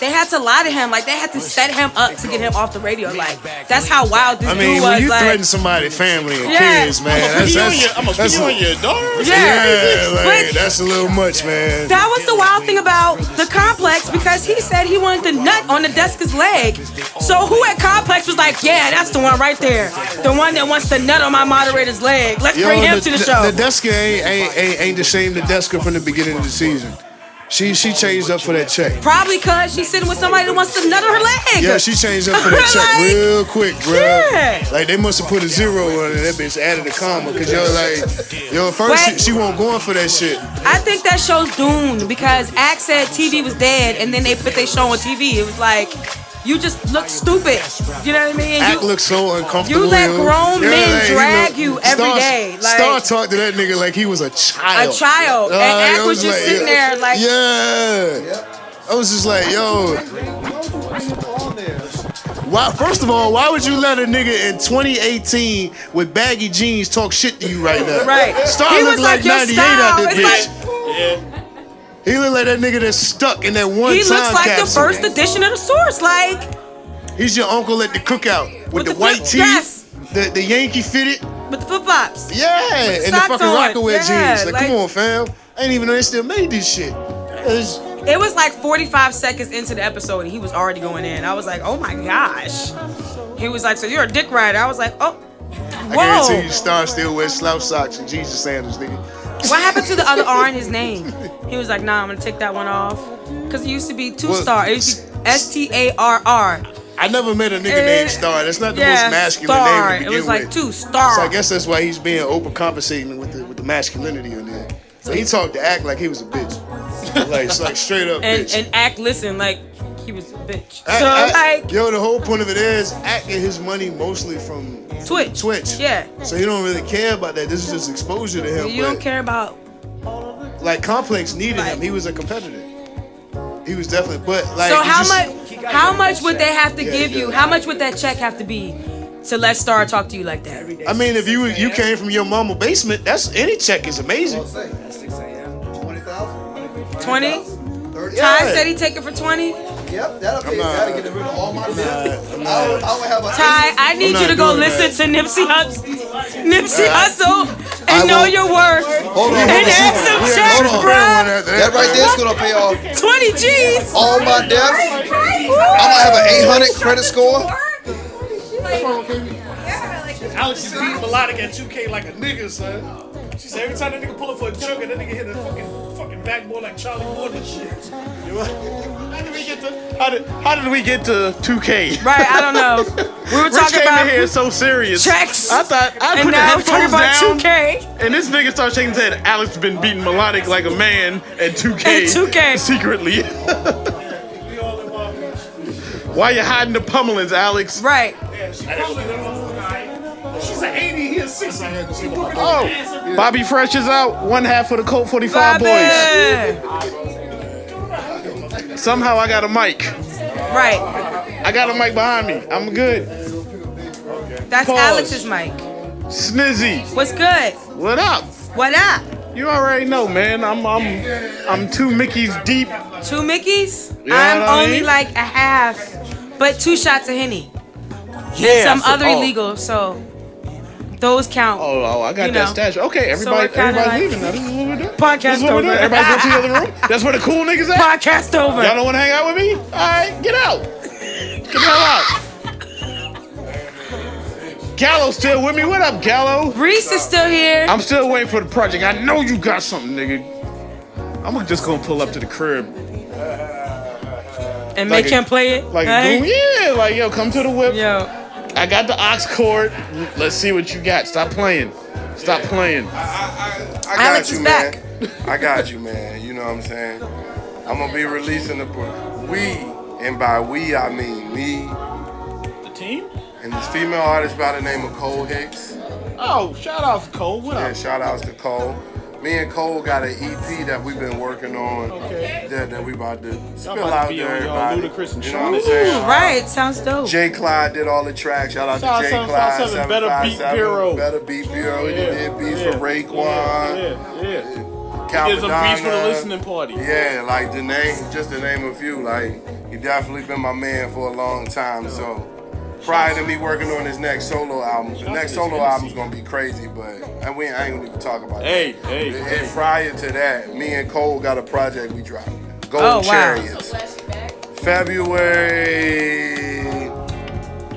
Speaker 4: they had to lie to him. Like they had to set him up to get him off the radio. Like that's how wild this
Speaker 11: I mean,
Speaker 4: dude
Speaker 11: when
Speaker 4: was.
Speaker 11: you
Speaker 4: Like,
Speaker 11: threaten somebody, family, and
Speaker 4: Yeah.
Speaker 11: kids, man,
Speaker 4: I'ma
Speaker 11: that's,
Speaker 4: pee on
Speaker 11: that's,
Speaker 4: your- I'ma
Speaker 11: that's
Speaker 4: pee
Speaker 11: a-
Speaker 4: on your daughter.
Speaker 11: Yeah,
Speaker 4: Yeah.
Speaker 11: like,
Speaker 4: *laughs* But-
Speaker 11: that's a little much, man.
Speaker 4: that was the wild thing about the complex because he said he wanted the nut on the desk's leg. So who at complex was like, yeah, that's the one right there, the one that wants the nut on my moderator's leg. Let's
Speaker 11: Yo,
Speaker 4: bring him to the show.
Speaker 11: The Deska ain't, ain't, ain't, ain't the same the Deska from the beginning of the season. She she changed up for that check.
Speaker 4: Probably because she's sitting with somebody that wants to nut on her leg.
Speaker 11: Yeah, she changed up for that check
Speaker 4: *laughs* Like,
Speaker 11: real quick, bro.
Speaker 4: yeah.
Speaker 11: Like they must have put a zero on it. That bitch added a comma because yo, like, yo, at first she,
Speaker 4: Wait.
Speaker 11: she wasn't going for that shit.
Speaker 4: I think that show's doomed because Axe said TV was dead, and then they put their show on TV. It was like, you just look stupid. You know what I mean?
Speaker 11: Act
Speaker 4: You,
Speaker 11: looks so uncomfortable.
Speaker 4: you let
Speaker 11: yo.
Speaker 4: grown
Speaker 11: Yeah,
Speaker 4: men
Speaker 11: like, he
Speaker 4: drag
Speaker 11: look-
Speaker 4: you every
Speaker 11: Star-
Speaker 4: day, like-
Speaker 11: Star talked to that nigga like he was a child.
Speaker 4: A child. And
Speaker 11: I
Speaker 4: Act was just sitting there, like-
Speaker 11: yeah. I was just like, yo. Why? First of all, why would you let a nigga in 2018 with baggy jeans talk shit to you right now?
Speaker 5: Right.
Speaker 11: Star
Speaker 5: He
Speaker 11: look
Speaker 5: was
Speaker 11: like,
Speaker 5: like, your
Speaker 11: 98 out this
Speaker 5: style is
Speaker 11: bitch. He look like that nigga that's stuck in that one
Speaker 4: he
Speaker 11: time
Speaker 4: looks like the
Speaker 11: capsule.
Speaker 4: first edition of the source. Like,
Speaker 11: He's your uncle at the cookout with, the, white tee,
Speaker 4: yes.
Speaker 11: the, the Yankee fitted.
Speaker 4: with the flip flops.
Speaker 11: Yeah, and the fucking Rockaway jeans. Like, come on, fam. I didn't even know they still made this shit. It's-
Speaker 4: It was like 45 seconds into the episode, and he was already going in. I was like, oh my gosh. He was like, so you're a dick rider. I was like, oh.
Speaker 11: I guarantee
Speaker 4: Whoa.
Speaker 11: you, Star still wears slouch socks and Jesus sandals, nigga.
Speaker 4: What happened to the other R
Speaker 14: *laughs*
Speaker 4: in his name? He was like, nah, I'm gonna take that one off. Cause it used to be two star. It used to be S T A R R.
Speaker 14: I never met a nigga
Speaker 4: Eh,
Speaker 14: named Star. That's not the
Speaker 4: yeah,
Speaker 14: most masculine
Speaker 4: Star.
Speaker 14: name to
Speaker 4: It
Speaker 14: begin
Speaker 4: was like
Speaker 14: with.
Speaker 4: two, Star.
Speaker 14: So I guess that's why he's being overcompensating with the with the masculinity in there. So he talked to act like he was a bitch, like it's like straight up
Speaker 4: and
Speaker 14: bitch.
Speaker 4: and act listen like he was a bitch.
Speaker 14: Act-
Speaker 4: so
Speaker 14: act-
Speaker 4: like
Speaker 14: yo, the whole point of it is Act get his money mostly from Twitch. Twitch.
Speaker 4: Yeah.
Speaker 14: So he don't really care about that. This is just exposure to him.
Speaker 4: you
Speaker 14: but-
Speaker 4: don't care about
Speaker 14: like complex needed him. He was a competitor. He was definitely, but like.
Speaker 4: so
Speaker 14: it
Speaker 4: how
Speaker 14: just-
Speaker 4: much how much would they have to
Speaker 14: Yeah,
Speaker 4: give
Speaker 14: he
Speaker 4: you?
Speaker 14: does.
Speaker 4: How much would that check have to be to let Star talk to you like that?
Speaker 14: I mean, if you you came from your mama basement, that's any check is amazing.
Speaker 4: Twenty? Ty
Speaker 14: Yeah.
Speaker 4: said he take it for twenty.
Speaker 9: Yep, that'll pay. Gotta get rid of all my business. I would, I would have a.
Speaker 4: Ty, I need
Speaker 9: I'm
Speaker 4: you to
Speaker 9: not
Speaker 4: go
Speaker 9: doing
Speaker 4: listen to Nipsey Hustle, Nipsey
Speaker 9: Alright.
Speaker 4: Hustle, and know your worth.
Speaker 9: Hold on,
Speaker 4: and
Speaker 9: hold on.
Speaker 4: add some
Speaker 9: Yeah,
Speaker 4: checks,
Speaker 9: hold on.
Speaker 4: bruh.
Speaker 9: That right there is gonna pay off
Speaker 4: 20 G's.
Speaker 11: Oh.
Speaker 9: all my debts. I'm gonna have an 800 credit score.
Speaker 1: Alex is beating melodic at 2K like a nigga, son. She said every time that nigga pull up for a jugger, that nigga hit a fucking fucking backboard like Charlie Ward and shit. *laughs* How did we get to?
Speaker 2: How did, how did we get to 2K?
Speaker 4: Right, I don't know. We were
Speaker 2: Rich
Speaker 4: talking
Speaker 2: came
Speaker 4: about
Speaker 2: in here *laughs* so serious.
Speaker 4: checks.
Speaker 2: I thought I
Speaker 4: And
Speaker 2: put
Speaker 4: now we're
Speaker 2: the
Speaker 4: talking
Speaker 2: headphones
Speaker 4: about
Speaker 2: down,
Speaker 4: 2K.
Speaker 2: and this nigga started shaking his head. Alex been beating melodic like a man at 2K.
Speaker 4: At
Speaker 2: *laughs*
Speaker 4: 2K.
Speaker 2: secretly. Why you hiding the pummelings, Alex?
Speaker 4: Right.
Speaker 1: She's an 80, he a 60. She whooping his ass
Speaker 2: Oh,
Speaker 1: every-
Speaker 2: Bobby Fresh is out. One half of the Colt 45 boys. Somehow I got a mic.
Speaker 4: Right.
Speaker 2: I got a mic behind me. I'm good.
Speaker 4: That's
Speaker 2: Pause.
Speaker 4: Alex's mic.
Speaker 2: Snizzy.
Speaker 4: What's good?
Speaker 2: What up?
Speaker 4: What up?
Speaker 2: You already know, man. I'm I'm I'm two Mickey's deep.
Speaker 4: Two Mickeys?
Speaker 2: Yeah,
Speaker 4: I'm
Speaker 2: I
Speaker 4: only
Speaker 2: mean-
Speaker 4: like a half, but two shots of Henny.
Speaker 2: Yeah,
Speaker 4: Some
Speaker 2: so-
Speaker 4: other
Speaker 2: oh.
Speaker 4: illegal, so those count.
Speaker 2: Oh, oh I got
Speaker 4: You
Speaker 2: that
Speaker 4: know.
Speaker 2: stash. Okay,
Speaker 4: So we're
Speaker 2: everybody,
Speaker 4: kinda
Speaker 2: everybody's leaving
Speaker 4: like-
Speaker 2: now. This is what we're doing.
Speaker 4: Podcast
Speaker 2: this is what we're doing.
Speaker 4: over.
Speaker 2: Everybody's
Speaker 4: *laughs*
Speaker 2: going to the other room. That's where the cool niggas at.
Speaker 4: Podcast over.
Speaker 2: Y'all don't want to hang out with me? All right, get out. Get the hell out. Gallo still with me? What up, Gallo?
Speaker 4: Reese is still here.
Speaker 2: I'm still waiting for the project. I know you got something, nigga. I'm just gonna pull up to the crib.
Speaker 4: and
Speaker 2: like
Speaker 4: make
Speaker 2: a-
Speaker 4: him play it.
Speaker 2: Like,
Speaker 4: Hey.
Speaker 2: boom, yeah, like, yo, come to the whip.
Speaker 4: Yo.
Speaker 2: I got the ox cord. Let's see what you got. Stop playing. Stop playing.
Speaker 11: I got
Speaker 4: Alex
Speaker 11: you,
Speaker 4: is
Speaker 11: man. I got you, man. You know what I'm saying? I'm gonna be releasing the book. We, and by we I mean me. The
Speaker 2: team?
Speaker 11: And this female artist by the name of Cole Hicks.
Speaker 2: Oh, shout out to Cole. What
Speaker 11: Yeah, shout outs to Cole. Me and Cole got an EP that we've been working on that, that we about to spill
Speaker 2: about to
Speaker 11: out
Speaker 2: be
Speaker 11: to
Speaker 2: on y'all
Speaker 11: everybody.
Speaker 2: Ludacris and
Speaker 11: you know what I'm
Speaker 2: Sean.
Speaker 11: saying?
Speaker 4: Ooh, right, sounds dope.
Speaker 11: Jay Clyde did all the tracks. Shout out
Speaker 2: Shout out
Speaker 11: to Jay
Speaker 2: seven five
Speaker 11: Clyde.
Speaker 2: seven, Better Beat
Speaker 11: 757,
Speaker 2: Bureau.
Speaker 11: Better Beat Bureau. He
Speaker 2: Yeah,
Speaker 11: did beats
Speaker 2: yeah,
Speaker 11: for Raekwon.
Speaker 2: yeah, yeah. He did some beats for the
Speaker 11: Calvadonna.
Speaker 2: listening party.
Speaker 11: Yeah, like the name, just to name a few. Like he definitely been my man for a long time. So prior to me working on his next solo album, the next solo album's gonna be crazy. But and we I ain't gonna even talk about
Speaker 2: Hey,
Speaker 11: that.
Speaker 2: hey,
Speaker 11: And,
Speaker 2: hey.
Speaker 11: prior to that, me and Cole got a project we dropped. Gold
Speaker 4: Oh, wow.
Speaker 11: Chariots. February,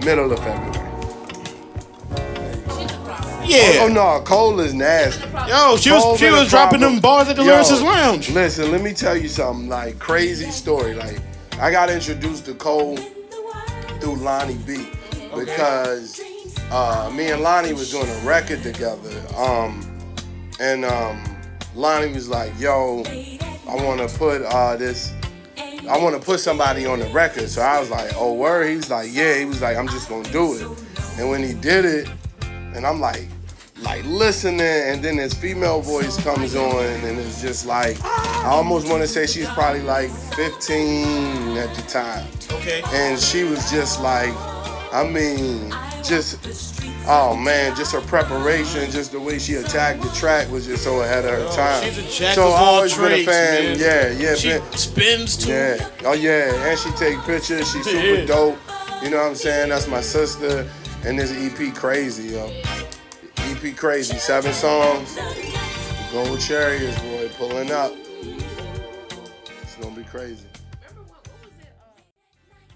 Speaker 11: middle of February.
Speaker 2: Yeah.
Speaker 11: Oh, oh, no, Cole is nasty.
Speaker 2: oh, Yo, she was-
Speaker 11: Cole
Speaker 2: she
Speaker 11: been a
Speaker 2: was dropping
Speaker 11: problem.
Speaker 2: them bars at the
Speaker 11: Yo,
Speaker 2: Lyricist Lounge.
Speaker 11: Listen, let me tell you something. Like crazy story. Like I got introduced to Cole through Lonnie B because uh, me and Lonnie was doing a record together. Um, and um, Lonnie was like, "Yo, I want to put uh, this." I want to put somebody on the record. So I was like, oh, word. He was like, yeah. He was like, I'm just going to do it. And when he did it, and I'm like, like listening, and then this female voice comes on, and it's just like, I almost want to say she's probably like 15 at the time.
Speaker 2: Okay.
Speaker 11: And she was just like, I mean, just, oh man, just her preparation, just the way she attacked the track was just so ahead of her time.
Speaker 15: she's a jack
Speaker 11: so
Speaker 15: of all
Speaker 11: always been a
Speaker 15: trades, man.
Speaker 11: fan. Yeah, yeah.
Speaker 15: She
Speaker 11: been-
Speaker 15: spins too.
Speaker 11: yeah. Oh yeah. And she take pictures. She's super
Speaker 15: Yeah.
Speaker 11: dope. You know what I'm saying? That's my sister. And this EP crazy, yo. EP crazy. Seven songs. Gold chariots, boy, pulling up. It's gonna be crazy.